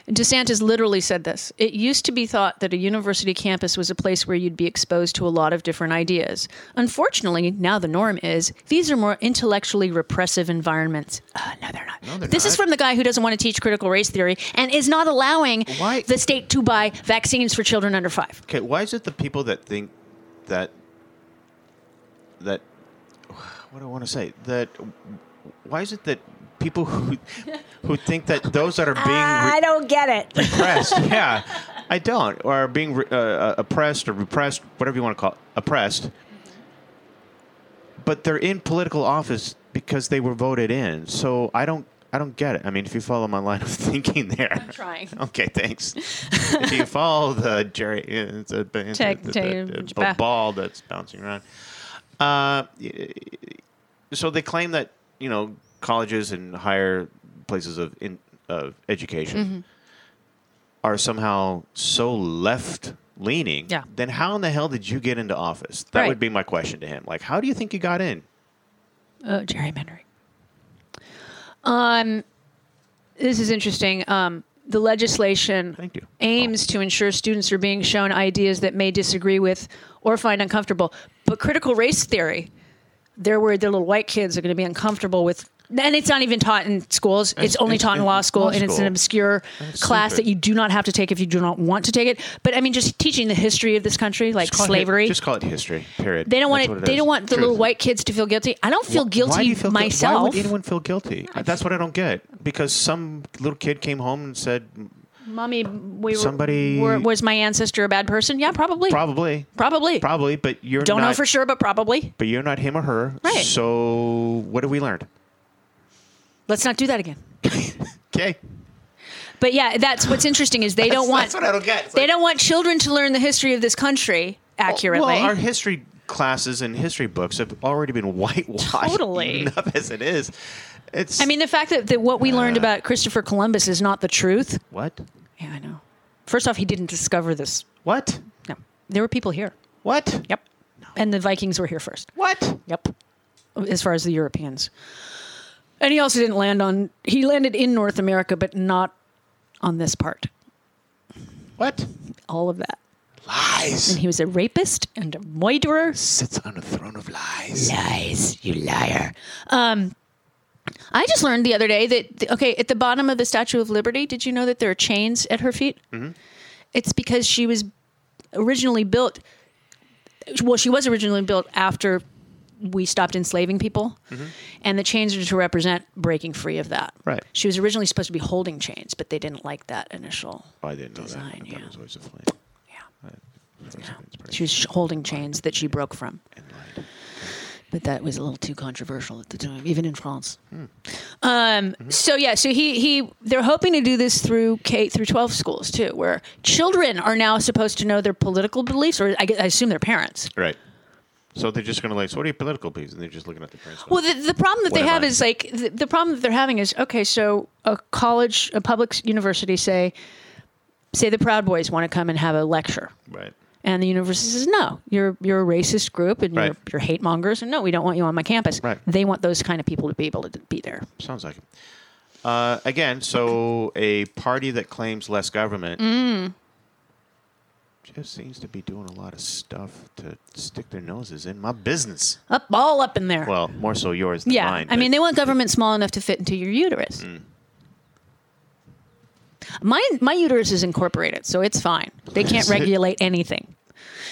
Speaker 3: DeSantis literally said this. It used to be thought that a university campus was a place where you'd be exposed to a lot of different ideas. Unfortunately, now the norm is these are more intellectually repressive environments. Uh, no, they're not.
Speaker 5: they're
Speaker 3: this is
Speaker 5: not.
Speaker 3: from the guy who doesn't want to teach critical race theory and is not allowing
Speaker 5: Why-
Speaker 3: the state to buy vaccines for children under five.
Speaker 5: Okay, why is it the people that think that that what do I want to say that why is it that people who who think that those that are being re-
Speaker 7: Ah, I don't get it.
Speaker 5: oppressed, yeah, I don't, or are being re- uh, uh, oppressed or repressed, whatever you want to call it, oppressed, but they're in political office because they were voted in. So I don't. I don't get it. I mean, if you follow my line of thinking there. I'm
Speaker 3: trying.
Speaker 5: Okay, thanks. if you follow the Jerry, it's a, it's a-
Speaker 3: Take-
Speaker 5: the-
Speaker 3: take-
Speaker 5: the- the
Speaker 3: back.
Speaker 5: ball that's bouncing around. Uh, so they claim that you know colleges and higher places of in, of education
Speaker 3: Mm-hmm.
Speaker 5: are somehow so left leaning.
Speaker 3: Yeah.
Speaker 5: Then how in the hell did you get into office? That
Speaker 3: Right.
Speaker 5: would be my question to him. Like, how do you think you got in?
Speaker 3: Oh, gerrymandering. Um, this is interesting. Um, the legislation
Speaker 5: Thank you.
Speaker 3: aims to ensure students are being shown ideas that may disagree with or find uncomfortable. But critical race theory, they're worried their little white kids are going to be uncomfortable with. And it's not even taught in schools. It's,
Speaker 5: It's-
Speaker 3: only
Speaker 5: it's
Speaker 3: taught in
Speaker 5: in
Speaker 3: law school,
Speaker 5: law
Speaker 3: and it's an
Speaker 5: school.
Speaker 3: obscure class
Speaker 5: stupid.
Speaker 3: that you do not have to take if you do not want to take it. But I mean, just teaching the history of this country, like
Speaker 5: Just call it hi-
Speaker 3: slavery.
Speaker 5: just call it history. Period.
Speaker 3: they don't want
Speaker 5: That's
Speaker 3: it.
Speaker 5: what
Speaker 3: they
Speaker 5: is.
Speaker 3: don't want the
Speaker 5: Truth.
Speaker 3: little white kids to feel guilty. I don't feel
Speaker 5: Wh-
Speaker 3: guilty
Speaker 5: why do you feel guil-
Speaker 3: myself.
Speaker 5: why would anyone feel guilty? That's what I don't get. Because some little kid came home and said,
Speaker 3: Mommy, we were,
Speaker 5: Somebody-
Speaker 3: were- was my ancestor a bad person? Yeah, probably.
Speaker 5: probably,
Speaker 3: Probably.
Speaker 5: probably, but you're
Speaker 3: Don't know
Speaker 5: not-
Speaker 3: for sure, but probably.
Speaker 5: But you're not him or her.
Speaker 3: Right.
Speaker 5: So what have we learned?
Speaker 3: Let's not do that again.
Speaker 5: Okay.
Speaker 3: But yeah, that's what's interesting is they don't want
Speaker 5: That's what I don't get. It's
Speaker 3: they
Speaker 5: like-
Speaker 3: don't want children to learn the history of this country accurately.
Speaker 5: Well, our history classes and history books have already been whitewashed
Speaker 3: Totally.
Speaker 5: enough as it is. It's
Speaker 3: I mean, the fact that, that what we
Speaker 5: Uh.
Speaker 3: learned about Christopher Columbus is not the truth.
Speaker 5: what?
Speaker 3: Yeah, I know. First off, he didn't discover this.
Speaker 5: What?
Speaker 3: No, there were people here.
Speaker 5: What?
Speaker 3: Yep, and the Vikings were here first.
Speaker 5: What?
Speaker 3: Yep. As far as the Europeans. And he also didn't land on, he landed in North America, but not on this part.
Speaker 5: What?
Speaker 3: All of that.
Speaker 5: Lies.
Speaker 3: And he was a rapist and a murderer.
Speaker 5: Sits on a throne of lies.
Speaker 3: Lies, you liar. Um, I just learned the other day that, okay, at the bottom of the Statue of Liberty, did you know that there are chains at her feet?
Speaker 5: Mm-hmm.
Speaker 3: It's because she was originally built, well, she was originally built after we stopped enslaving people, and the chains are to represent breaking free of that.
Speaker 5: Mm-hmm. Right.
Speaker 3: She was originally supposed to be holding chains, but they didn't like that initial.
Speaker 5: Oh, I didn't know
Speaker 3: Design,
Speaker 5: that. I thought
Speaker 3: yeah.
Speaker 5: it was always a flame.
Speaker 3: Yeah.
Speaker 5: Right. It's pretty-
Speaker 3: She was sh- holding chains that she broke from.
Speaker 5: and lied.
Speaker 3: but that was a little too controversial at the time, even in France.
Speaker 5: Hmm.
Speaker 3: Um,
Speaker 5: Mm-hmm.
Speaker 3: So yeah, so he he they're hoping to do this through K through twelve schools too, where children are now supposed to know their political beliefs, or I, guess, I assume their parents.
Speaker 5: Right. So they're just going to like, so what are your political beliefs? And they're just looking at the parents.
Speaker 3: Well, the, the problem that
Speaker 5: What
Speaker 3: they
Speaker 5: am
Speaker 3: have
Speaker 5: I?
Speaker 3: is like the, the problem that they're having is okay. So a college, a public university, say say the Proud Boys want to come and have a lecture.
Speaker 5: right.
Speaker 3: And the university says, no, you're you're a racist group and
Speaker 5: Right.
Speaker 3: you're, you're hate mongers, and no, we don't want you on my campus.
Speaker 5: Right.
Speaker 3: They want those kind of people to be able to be there.
Speaker 5: Sounds like it. Uh, again, so a party that claims less government
Speaker 3: Mm.
Speaker 5: just seems to be doing a lot of stuff to stick their noses in my business.
Speaker 3: up all up in there.
Speaker 5: Well, more so yours than
Speaker 3: yeah,
Speaker 5: mine.
Speaker 3: I mean
Speaker 5: but- Hmm.
Speaker 3: they want government small enough to fit into your uterus. My my uterus is incorporated, so it's fine. They can't regulate anything.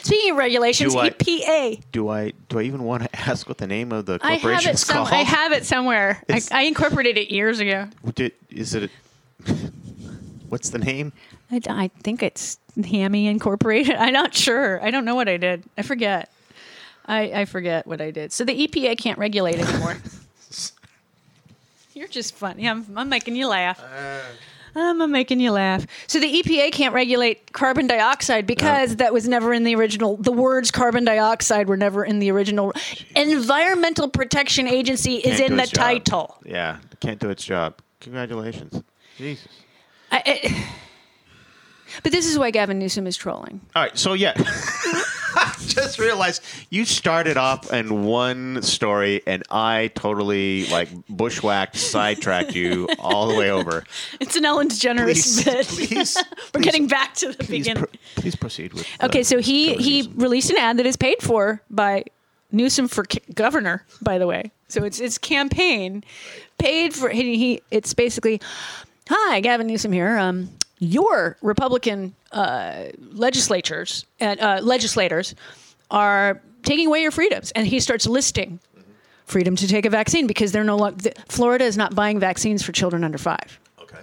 Speaker 3: Speaking of regulations, E
Speaker 5: Do I-
Speaker 3: EPA.
Speaker 5: Do I do I even want to ask what the name of the
Speaker 3: I
Speaker 5: corporation
Speaker 3: have it
Speaker 5: is
Speaker 3: some,
Speaker 5: called?
Speaker 3: I have it somewhere. I,
Speaker 5: It's-
Speaker 3: I incorporated it years ago.
Speaker 5: Did, is it? a- what's the name?
Speaker 3: I, I think it's Hammy Incorporated. I'm not sure. I don't know what I did. I forget. I, I forget what I did. So the EPA can't regulate anymore. You're just funny. I'm, I'm making you laugh.
Speaker 5: Uh.
Speaker 3: I'm making you laugh. So the EPA can't regulate carbon dioxide because
Speaker 5: Oh.
Speaker 3: that was never in the original. The words carbon dioxide were never in the original. Environmental Protection Agency is
Speaker 5: Can't do
Speaker 3: in the
Speaker 5: its job.
Speaker 3: title.
Speaker 5: Yeah, can't do its job. Congratulations. Jesus.
Speaker 3: I, I, but this is why Gavin Newsom is trolling.
Speaker 5: All right, so yeah. Just realized you started off in one story, and I totally like bushwhacked, sidetracked you all the way over.
Speaker 3: It's an Ellen DeGeneres
Speaker 5: Please,
Speaker 3: bit.
Speaker 5: please,
Speaker 3: We're
Speaker 5: please,
Speaker 3: getting back to the
Speaker 5: Please,
Speaker 3: beginning.
Speaker 5: pro- please proceed with. the
Speaker 3: okay, so he he
Speaker 5: conversation.
Speaker 3: released an ad that is paid for by Newsom for ki- governor, by the way. So it's it's campaign paid for. He, he it's basically, hi, Gavin Newsom here. Um, your Republican uh, legislatures and uh, legislators are taking away your freedoms, and he starts listing freedom to take a vaccine because they're no longer Florida is not buying vaccines for children under five
Speaker 5: Okay.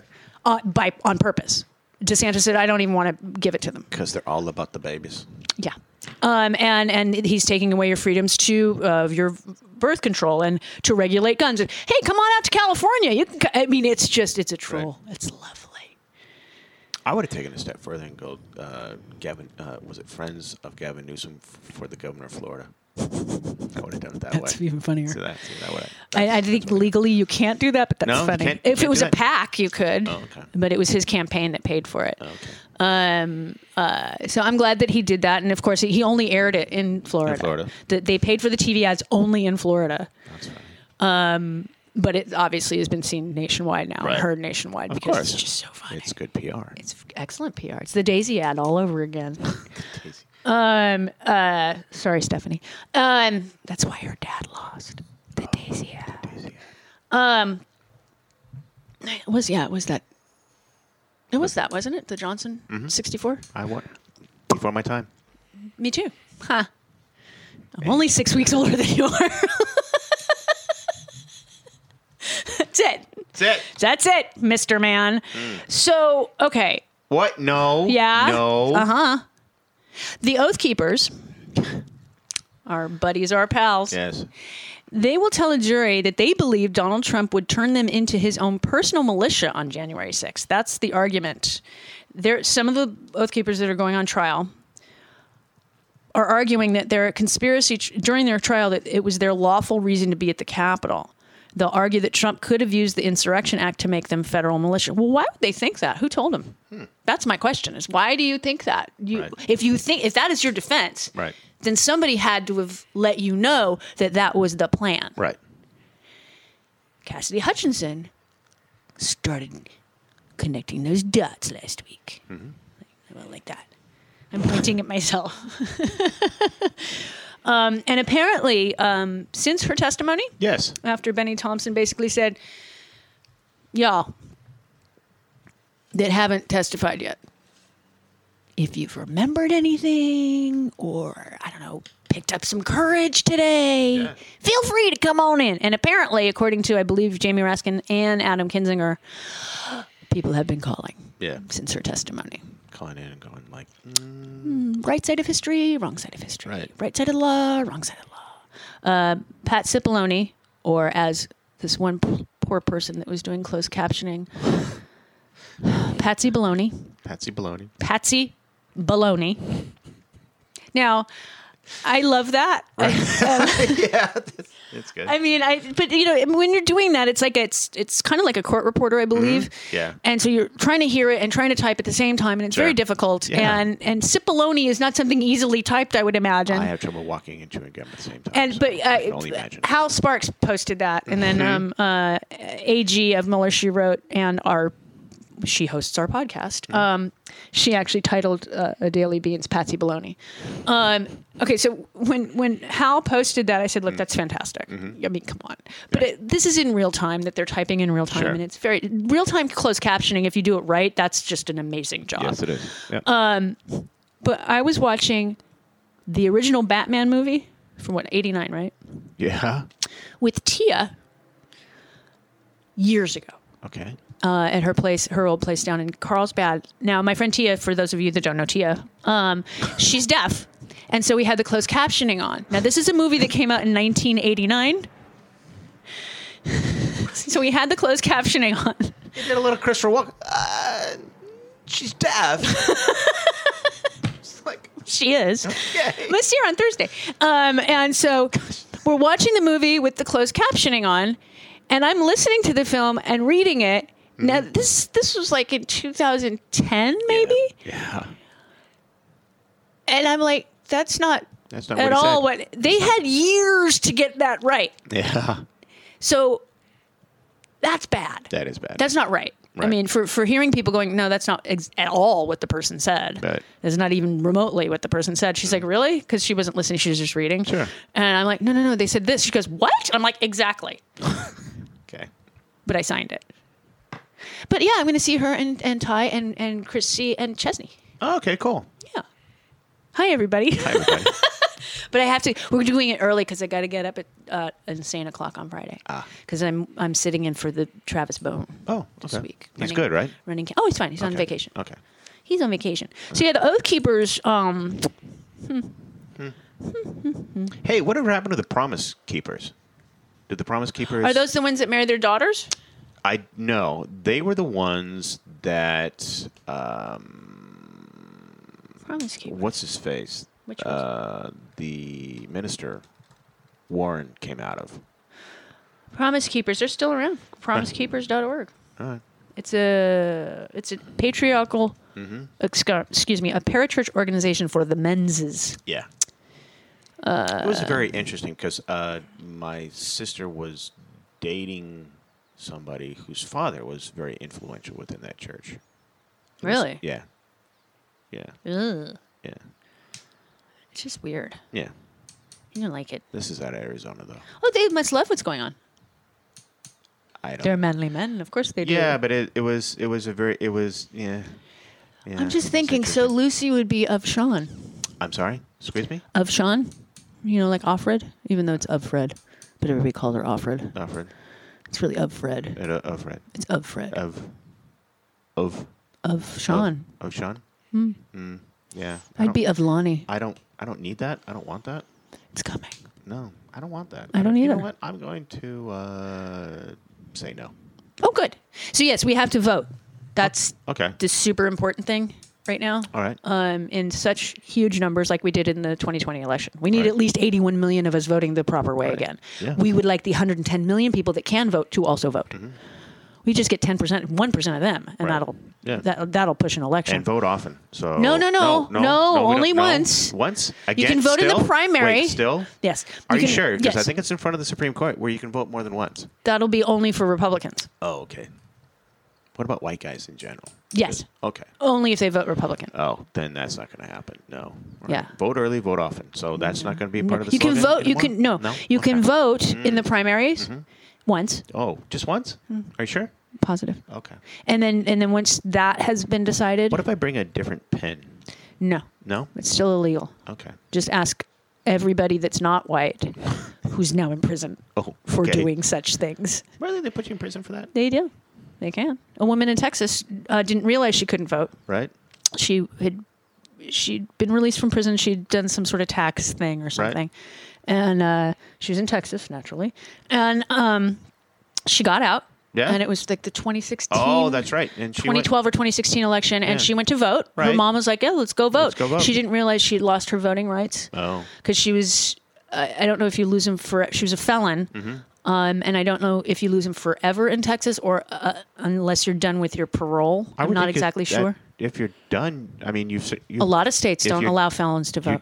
Speaker 3: uh, by on purpose. DeSantis said, "I don't even want to give it to them."
Speaker 5: Because they're all about the babies.
Speaker 3: Yeah, um, and and he's taking away your freedoms to uh, your birth control and to regulate guns. And hey, come on out to California. You can. co- I mean, it's just it's a troll. It's lovely.
Speaker 5: I would have taken a step further and go, uh, Gavin, uh, was it Friends of Gavin Newsom f- for the governor of Florida? I would have done it that way.
Speaker 3: That's even funnier.
Speaker 5: So that, so that would
Speaker 3: I, I think legally you can't do that, but that's
Speaker 5: No, you
Speaker 3: funny.
Speaker 5: can't- you
Speaker 3: if it
Speaker 5: can't
Speaker 3: was
Speaker 5: do
Speaker 3: a
Speaker 5: that.
Speaker 3: pack, you could.
Speaker 5: Oh, okay. Oh,
Speaker 3: But it was his campaign that paid for it.
Speaker 5: okay.
Speaker 3: Um, uh, so I'm glad that he did that, and of course he only aired it in Florida.
Speaker 5: Florida.
Speaker 3: That they paid for the TV ads only in Florida. Um,
Speaker 5: That's fine.
Speaker 3: but it obviously has been seen nationwide now,
Speaker 5: Right.
Speaker 3: heard nationwide
Speaker 5: Of
Speaker 3: because
Speaker 5: course.
Speaker 3: it's just so funny.
Speaker 5: It's good PR.
Speaker 3: It's f- excellent PR. It's the Daisy ad all over again.
Speaker 5: Daisy.
Speaker 3: um, uh, sorry, Stephanie. Um, that's why her dad lost the Daisy ad.
Speaker 5: Daisy.
Speaker 3: Um, it was yeah, it was that. It was that, wasn't it? The Johnson 64.
Speaker 5: I won. Before my time.
Speaker 3: Me too. Huh. I'm only six weeks older than you are. That's it.
Speaker 5: That's it.
Speaker 3: That's it, Mr. Man. So, okay.
Speaker 5: What? No.
Speaker 3: Yeah.
Speaker 5: No.
Speaker 3: Uh huh. The Oath Keepers, our buddies, our pals,
Speaker 5: Yes.
Speaker 3: they will tell a jury that they believe Donald Trump would turn them into his own personal militia on January 6th. That's the argument. There, some of the Oath Keepers that are going on trial are arguing that their conspiracy during their trial that it was their lawful reason to be at the Capitol. They'll argue that Trump could have used the Insurrection Act to make them federal militia. Well, why would they think that? Who told them? That's my question: Is why do you think that? You,
Speaker 5: Hmm. Right.
Speaker 3: if you think if that is your defense,
Speaker 5: Right.
Speaker 3: then somebody had to have let you know that that was the plan.
Speaker 5: Right.
Speaker 3: Cassidy Hutchinson started connecting those dots last week. Like, well, like that. I'm pointing at myself. um, and apparently, um, since her testimony,
Speaker 5: Yes.
Speaker 3: after Benny Thompson basically said, Y'all that haven't testified yet, if you've remembered anything or, I don't know, picked up some courage today, feel free to come on in. And apparently, according to, I believe, Jamie Raskin and Adam Kinzinger, people have been calling
Speaker 5: Yeah.
Speaker 3: since her testimony.
Speaker 5: Calling in and going like, mm,
Speaker 3: Right side of history, wrong side of history.
Speaker 5: Right.
Speaker 3: side of law, wrong side of law. Uh, Pat Cipollone, or as this one p- poor person that was doing closed captioning, Patsy Baloney.
Speaker 5: Patsy Baloney.
Speaker 3: Patsy Baloney. Now, I love that.
Speaker 5: It's good.
Speaker 3: I mean, I but you know when you're doing that, it's like it's it's kind of like a court reporter, I believe.
Speaker 5: Mm-hmm. Yeah.
Speaker 3: And so you're trying to hear it and trying to type at the same time, and it's
Speaker 5: Sure.
Speaker 3: very difficult.
Speaker 5: Yeah.
Speaker 3: And and Cipollone is not something easily typed, I would imagine.
Speaker 5: I have trouble walking and chewing gum at the same time.
Speaker 3: and
Speaker 5: so
Speaker 3: but
Speaker 5: I can only
Speaker 3: uh,
Speaker 5: imagine. Mm-hmm.
Speaker 3: Hal Sparks posted that, and then um, uh, AG of Mueller she wrote, and our she hosts our podcast.
Speaker 5: Mm-hmm.
Speaker 3: Um, she actually titled uh, a Daily Beans Patsy Baloney. Um, okay, so when when Hal posted that, I said,
Speaker 5: Mm.
Speaker 3: "Look, that's fantastic."
Speaker 5: Mm-hmm.
Speaker 3: I mean, come on. But it, this is in real time that they're typing in real time,
Speaker 5: Sure.
Speaker 3: and it's very real time closed captioning. If you do it right, that's just an amazing job.
Speaker 5: Yes, it is. Yeah.
Speaker 3: Uh, um, But I was watching the original Batman movie from what eighty nine, right?
Speaker 5: yeah.
Speaker 3: With Tia years ago.
Speaker 5: Okay.
Speaker 3: uh, at her place, her old place down in Carlsbad. Now, my friend Tia, for those of you that don't know Tia, um, she's deaf, and so we had the closed captioning on. Now, this is a movie that came out in 1989, so we had the closed captioning on.
Speaker 8: You did a little Christopher Walken. Uh, she's deaf. it's like,
Speaker 3: She is.
Speaker 8: okay.
Speaker 3: Let's see her on Thursday. Um, and so we're watching the movie with the closed captioning on, and I'm listening to the film and reading it.
Speaker 5: Mm-hmm.
Speaker 3: Now, this this was like in 2010, maybe.
Speaker 5: Yeah.
Speaker 3: And I'm like, that's not
Speaker 5: That's not
Speaker 3: at
Speaker 5: what he
Speaker 3: all
Speaker 5: said.
Speaker 3: what they had years to get that right.
Speaker 5: Yeah.
Speaker 3: So that's bad.
Speaker 5: That is bad.
Speaker 3: That's not right. I
Speaker 5: Right.
Speaker 3: mean, for, for hearing people going, no, that's not ex- at all what the person said.
Speaker 5: Right. Mm.
Speaker 3: It's not even remotely what the person said. She's like, really? Because she wasn't listening. She was just reading.
Speaker 5: Sure.
Speaker 3: And I'm like, no, no, no. They said this. She goes, what? I'm like, exactly.
Speaker 5: okay.
Speaker 3: But I signed it. But yeah, I'm going to see her and, and Ty and, and Chrissy and Chesney.
Speaker 5: Oh, okay. Cool.
Speaker 3: Yeah. Hi, everybody.
Speaker 5: Hi, everybody.
Speaker 3: But I have to. We're doing it early because I got to get up at uh, insane o'clock on Friday.
Speaker 5: Ah.
Speaker 3: Because I'm I'm sitting in for the Travis Bone
Speaker 5: oh,
Speaker 3: this
Speaker 5: okay.
Speaker 3: week.
Speaker 5: He's good, right?
Speaker 3: Running. Oh, he's fine. He's on
Speaker 5: Okay.
Speaker 3: vacation.
Speaker 5: Okay.
Speaker 3: He's on vacation. So yeah, the Oath Keepers. Um,
Speaker 5: Hey, whatever happened to the Promise Keepers? Did the Promise Keepers?
Speaker 3: are those the ones that marry their daughters?
Speaker 5: I no. They were the ones that. um,
Speaker 3: Promise Keepers.
Speaker 5: What's his face?
Speaker 3: Which ones?
Speaker 5: uh, the minister Warren came out of.
Speaker 3: Promise Keepers. They're still around. PromiseKeepers.org.
Speaker 5: All right.
Speaker 3: It's a it's a patriarchal.
Speaker 5: Mm-hmm.
Speaker 3: exca- Excuse me, a parachurch organization for the menses.
Speaker 5: Yeah. it was very interesting because uh, my sister was dating somebody whose father was very influential within that church. It was-
Speaker 3: Really?
Speaker 5: yeah. Yeah.
Speaker 3: Ugh.
Speaker 5: Yeah.
Speaker 3: It's just weird.
Speaker 5: Yeah.
Speaker 3: You don't like it.
Speaker 5: This is out of Arizona, though.
Speaker 3: Oh, they must love what's going on.
Speaker 5: I don't.
Speaker 3: They're manly men, of course they do.
Speaker 5: yeah, but it, it was it was a very it was yeah. yeah
Speaker 3: I'm just
Speaker 5: it's
Speaker 3: thinking. So
Speaker 5: interesting.
Speaker 3: Lucy would be of Sean,
Speaker 5: I'm sorry. Excuse me,
Speaker 3: of Sean, you know, like Offred, even though it's of Fred, but everybody called her Offred.
Speaker 5: Alfred.
Speaker 3: It's really of Fred.
Speaker 5: Uh, Alfred.
Speaker 3: It's of Fred.
Speaker 5: Of. Of.
Speaker 3: of Sean. Hmm.
Speaker 5: Oh, Sean. Mm. Yeah. I
Speaker 3: I'd
Speaker 5: don't-
Speaker 3: be of Lonnie.
Speaker 5: I don't. I don't need that. I don't want that.
Speaker 3: It's coming.
Speaker 5: No, I don't want that.
Speaker 3: I don't
Speaker 5: You know
Speaker 3: either.
Speaker 5: what? I'm going to uh, say no.
Speaker 3: Oh, good. So yes, we have to vote. That's
Speaker 5: Okay.
Speaker 3: the super important thing right now.
Speaker 5: All right.
Speaker 3: Um, in such huge numbers like we did in the 2020 election. We need
Speaker 5: Right.
Speaker 3: at least 81 million of us voting the proper way again.
Speaker 5: Yeah. Mm-hmm.
Speaker 3: We would like the 110 million people that can vote to also vote. We just get 10%, 1% of them, and
Speaker 5: Right.
Speaker 3: that'll
Speaker 5: Yeah.
Speaker 3: that, that'll push an election.
Speaker 5: and vote often. So
Speaker 3: No, no, no. No,
Speaker 5: we
Speaker 3: only
Speaker 5: don't- no.
Speaker 3: once.
Speaker 5: Once
Speaker 3: You
Speaker 5: again.
Speaker 3: can vote in the
Speaker 5: still?
Speaker 3: primary.
Speaker 5: Wait, still.
Speaker 3: Yes.
Speaker 5: Are
Speaker 3: You
Speaker 5: you,
Speaker 3: can-
Speaker 5: sure? Because I
Speaker 3: yes.
Speaker 5: think it's in front of the Supreme Court where you can vote more than once.
Speaker 3: That'll be only for Republicans.
Speaker 5: Oh, okay. What about white guys in general?
Speaker 3: Yes.
Speaker 5: Okay.
Speaker 3: Only if they vote Republican.
Speaker 5: Oh, then that's not going to happen. No. All right.
Speaker 3: Yeah.
Speaker 5: Vote early, vote often. So that's not going to be part of the
Speaker 3: you can
Speaker 5: slogan
Speaker 3: vote. You
Speaker 5: anymore?
Speaker 3: can no.
Speaker 5: no?
Speaker 3: You
Speaker 5: Okay. Mm. Mm-hmm.
Speaker 3: can vote in the primaries once,
Speaker 5: Oh, just once?
Speaker 3: Hmm.
Speaker 5: Are you sure?
Speaker 3: positive,
Speaker 5: Okay.
Speaker 3: and then and then once that has been decided,
Speaker 5: What if I bring a different pen?
Speaker 3: no,
Speaker 5: No?
Speaker 3: it's still illegal.
Speaker 5: Okay.
Speaker 3: Just ask everybody that's not white, who's now in prison
Speaker 5: Oh,
Speaker 3: for
Speaker 5: okay.
Speaker 3: doing such things.
Speaker 5: Really? They put you in prison for that?
Speaker 3: They do. They can. A woman in Texas uh, didn't realize she couldn't vote.
Speaker 5: Right?
Speaker 3: she had she'd been released from prison. She'd done some sort of tax thing or something, and uh, she was in Texas naturally, and um, she got out.
Speaker 5: Yeah?
Speaker 3: and it was like the 2016.
Speaker 5: Oh, that's right. And she went-
Speaker 3: 2012 or 2016 election, and
Speaker 5: Yeah.
Speaker 3: she went to vote. Her
Speaker 5: Right.
Speaker 3: mom was like, "Yeah, let's go vote."
Speaker 5: go vote.
Speaker 3: She didn't realize she'd lost her voting rights
Speaker 5: Oh.
Speaker 3: because she was. I I don't know if you lose them for. She was a felon,
Speaker 5: Mm-hmm.
Speaker 3: um, and I don't know if you lose them forever in Texas or uh, unless you're done with your parole.
Speaker 5: I
Speaker 3: I'm
Speaker 5: would
Speaker 3: not
Speaker 5: think if
Speaker 3: exactly
Speaker 5: that-
Speaker 3: sure.
Speaker 5: If you're done, I mean, you've. You,
Speaker 3: A lot of states
Speaker 5: Mm. if
Speaker 3: don't
Speaker 5: you-
Speaker 3: allow felons to
Speaker 5: you,
Speaker 3: vote.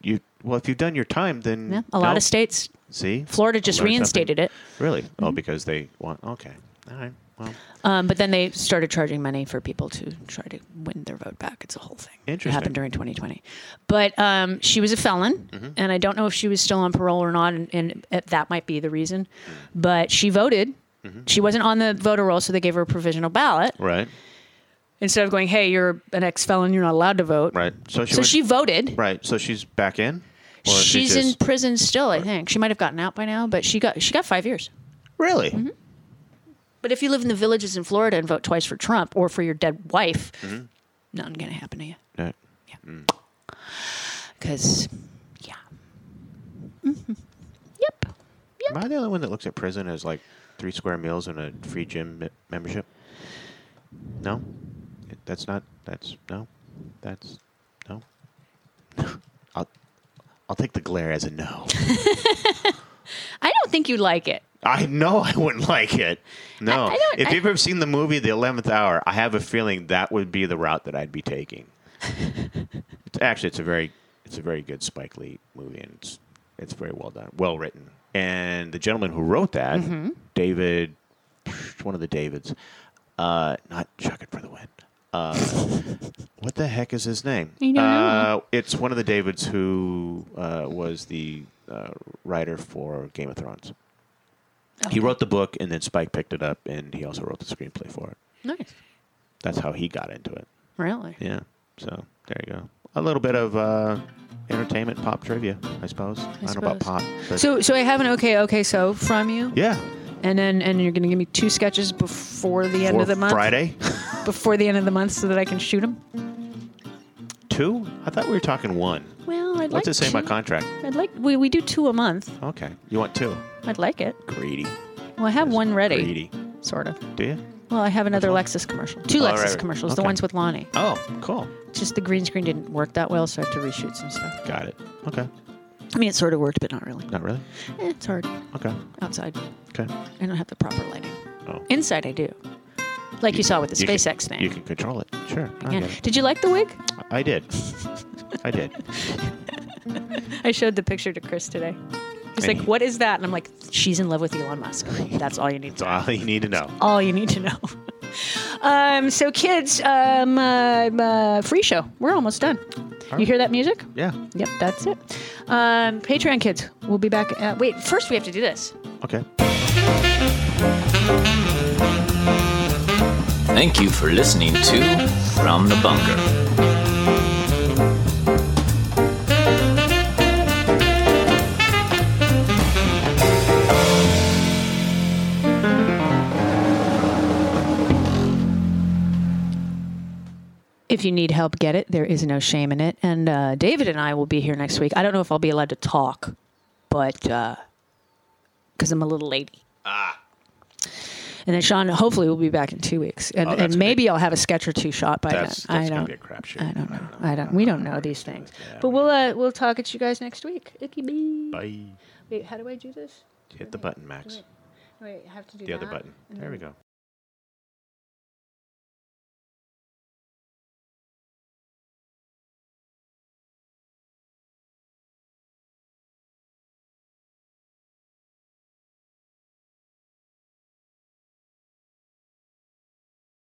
Speaker 5: you, Well, if you've done your time, then.
Speaker 3: yeah, a lot
Speaker 5: no.
Speaker 3: of states.
Speaker 5: See?
Speaker 3: Florida just
Speaker 5: Learn something.
Speaker 3: reinstated it. Mm-hmm.
Speaker 5: Really? Oh, because they want. Okay. All right.
Speaker 3: Um, but then they started charging money for people to try to win their vote back. It's a whole thing.
Speaker 5: Interesting.
Speaker 3: It happened during 2020. But um, she was a felon,
Speaker 5: Mm-hmm.
Speaker 3: and I don't know if she was still on parole or not, and, and uh, that might be the reason.
Speaker 5: Mm.
Speaker 3: But she voted. She wasn't on the voter roll, so they gave her a provisional ballot.
Speaker 5: Mm-hmm. Right.
Speaker 3: Instead of going, hey, you're an ex felon, you're not allowed to vote.
Speaker 5: Right. So she.
Speaker 3: So
Speaker 5: went-
Speaker 3: she voted.
Speaker 5: Right. So she's back in. Or she
Speaker 3: She's in
Speaker 5: just-
Speaker 3: prison still, I think. She might have gotten out by now, but she got she got five years.
Speaker 5: Really?
Speaker 3: Mm-hmm. But if you live in the villages in Florida and vote twice for Trump or for your dead wife,
Speaker 5: Mm-hmm.
Speaker 3: nothing gonna happen to you.
Speaker 5: That-
Speaker 3: Because, yeah. Mhm. Yep.
Speaker 5: Am I the only one that looks at prison as like three square meals and a free gym me- membership? No, It- that's not. That's no. That's no. I'll I'll take the glare as a no.
Speaker 3: I don't think you like it.
Speaker 5: I know I wouldn't like it. No.
Speaker 3: I don't-
Speaker 5: if
Speaker 3: I-
Speaker 5: you've ever seen the movie The Eleventh Hour, I have a feeling that would be the route that I'd be taking. It's- Actually, it's a very it's a very good Spike Lee movie, and it's it's very well done, well written. And the gentleman who wrote that,
Speaker 3: Mm-hmm.
Speaker 5: David, one of the Davids, uh, not Chuck It for the Win. Uh, what the heck is his name?
Speaker 3: I don't know.
Speaker 5: Uh, it's one of the Davids who uh, was the uh, writer for Game of Thrones. He wrote the book, and then Spike picked it up, and he also wrote the screenplay for it.
Speaker 3: Nice.
Speaker 5: That's how he got into it.
Speaker 3: Really?
Speaker 5: Yeah. So there you go. A little bit of uh, entertainment pop trivia, I suppose. I, don't know about
Speaker 3: suppose.
Speaker 5: pop. But
Speaker 3: So, so I have an okay, okay, so from you,
Speaker 5: yeah,
Speaker 3: and then and you're gonna give me two sketches before the end
Speaker 5: for
Speaker 3: of the month.
Speaker 5: Friday
Speaker 3: Before the end of the month, so that I can shoot them.
Speaker 5: two. I thought we were talking one.
Speaker 3: Well, I'd like.
Speaker 5: What's it say in my
Speaker 3: two.
Speaker 5: contract?
Speaker 3: I'd like. We, we do two a month.
Speaker 5: Okay, you want two?
Speaker 3: I'd like it.
Speaker 5: Greedy.
Speaker 3: Well, I have one ready,
Speaker 5: Greedy.
Speaker 3: sort of.
Speaker 5: Do you?
Speaker 3: Well, I have another Lexus commercial. Two
Speaker 5: Oh,
Speaker 3: Lexus
Speaker 5: right, right.
Speaker 3: commercials, the
Speaker 5: Okay.
Speaker 3: ones with Lonnie.
Speaker 5: Oh, cool.
Speaker 3: Just the green screen didn't work that well, so I have to reshoot some stuff.
Speaker 5: Got it. Okay.
Speaker 3: I mean, it sort of worked, but not really.
Speaker 5: Not really.
Speaker 3: Eh, it's hard
Speaker 5: Okay.
Speaker 3: outside.
Speaker 5: Okay.
Speaker 3: I don't have the proper lighting.
Speaker 5: Oh.
Speaker 3: Inside, I do. Like you, saw with the
Speaker 5: You can-
Speaker 3: SpaceX thing.
Speaker 5: You can control it. Sure. I
Speaker 3: yeah.
Speaker 5: get it.
Speaker 3: Did you like the wig?
Speaker 5: I did. I did.
Speaker 3: I showed the picture to Chris today. He's like, "What is that?" And I'm like, "She's in love with Elon Musk. That's all you need to
Speaker 5: That's all you need to know.
Speaker 3: all you need to know." um, so, kids, um, uh, uh, free show. We're almost done. You hear that music?
Speaker 5: Yeah.
Speaker 3: Yep, that's it. Um, Patreon kids, we'll be back. At, wait, first we have to do this.
Speaker 5: Okay.
Speaker 6: Thank you for listening to From the Bunker.
Speaker 3: If you need help, get it. There is no shame in it. And uh, David and I will be here next week. I don't know if I'll be allowed to talk, but because I'm a little lady. Ah. And then Sean, hopefully, will be back in two weeks, and,
Speaker 5: Oh, that's
Speaker 3: and
Speaker 5: gonna
Speaker 3: maybe
Speaker 5: be-
Speaker 3: I'll have a sketch or two shot by
Speaker 5: That's,
Speaker 3: then.
Speaker 5: that's
Speaker 3: I don't.
Speaker 5: gonna be a crapshoot.
Speaker 3: I don't know. I don't. We don't know these things. But we'll uh, we'll talk at you guys next week. Icky bee.
Speaker 5: Bye.
Speaker 3: Wait, how do I do this?
Speaker 5: Hit the button, Max.
Speaker 3: Wait, I have to do
Speaker 5: The other
Speaker 3: that?
Speaker 5: button. There we go.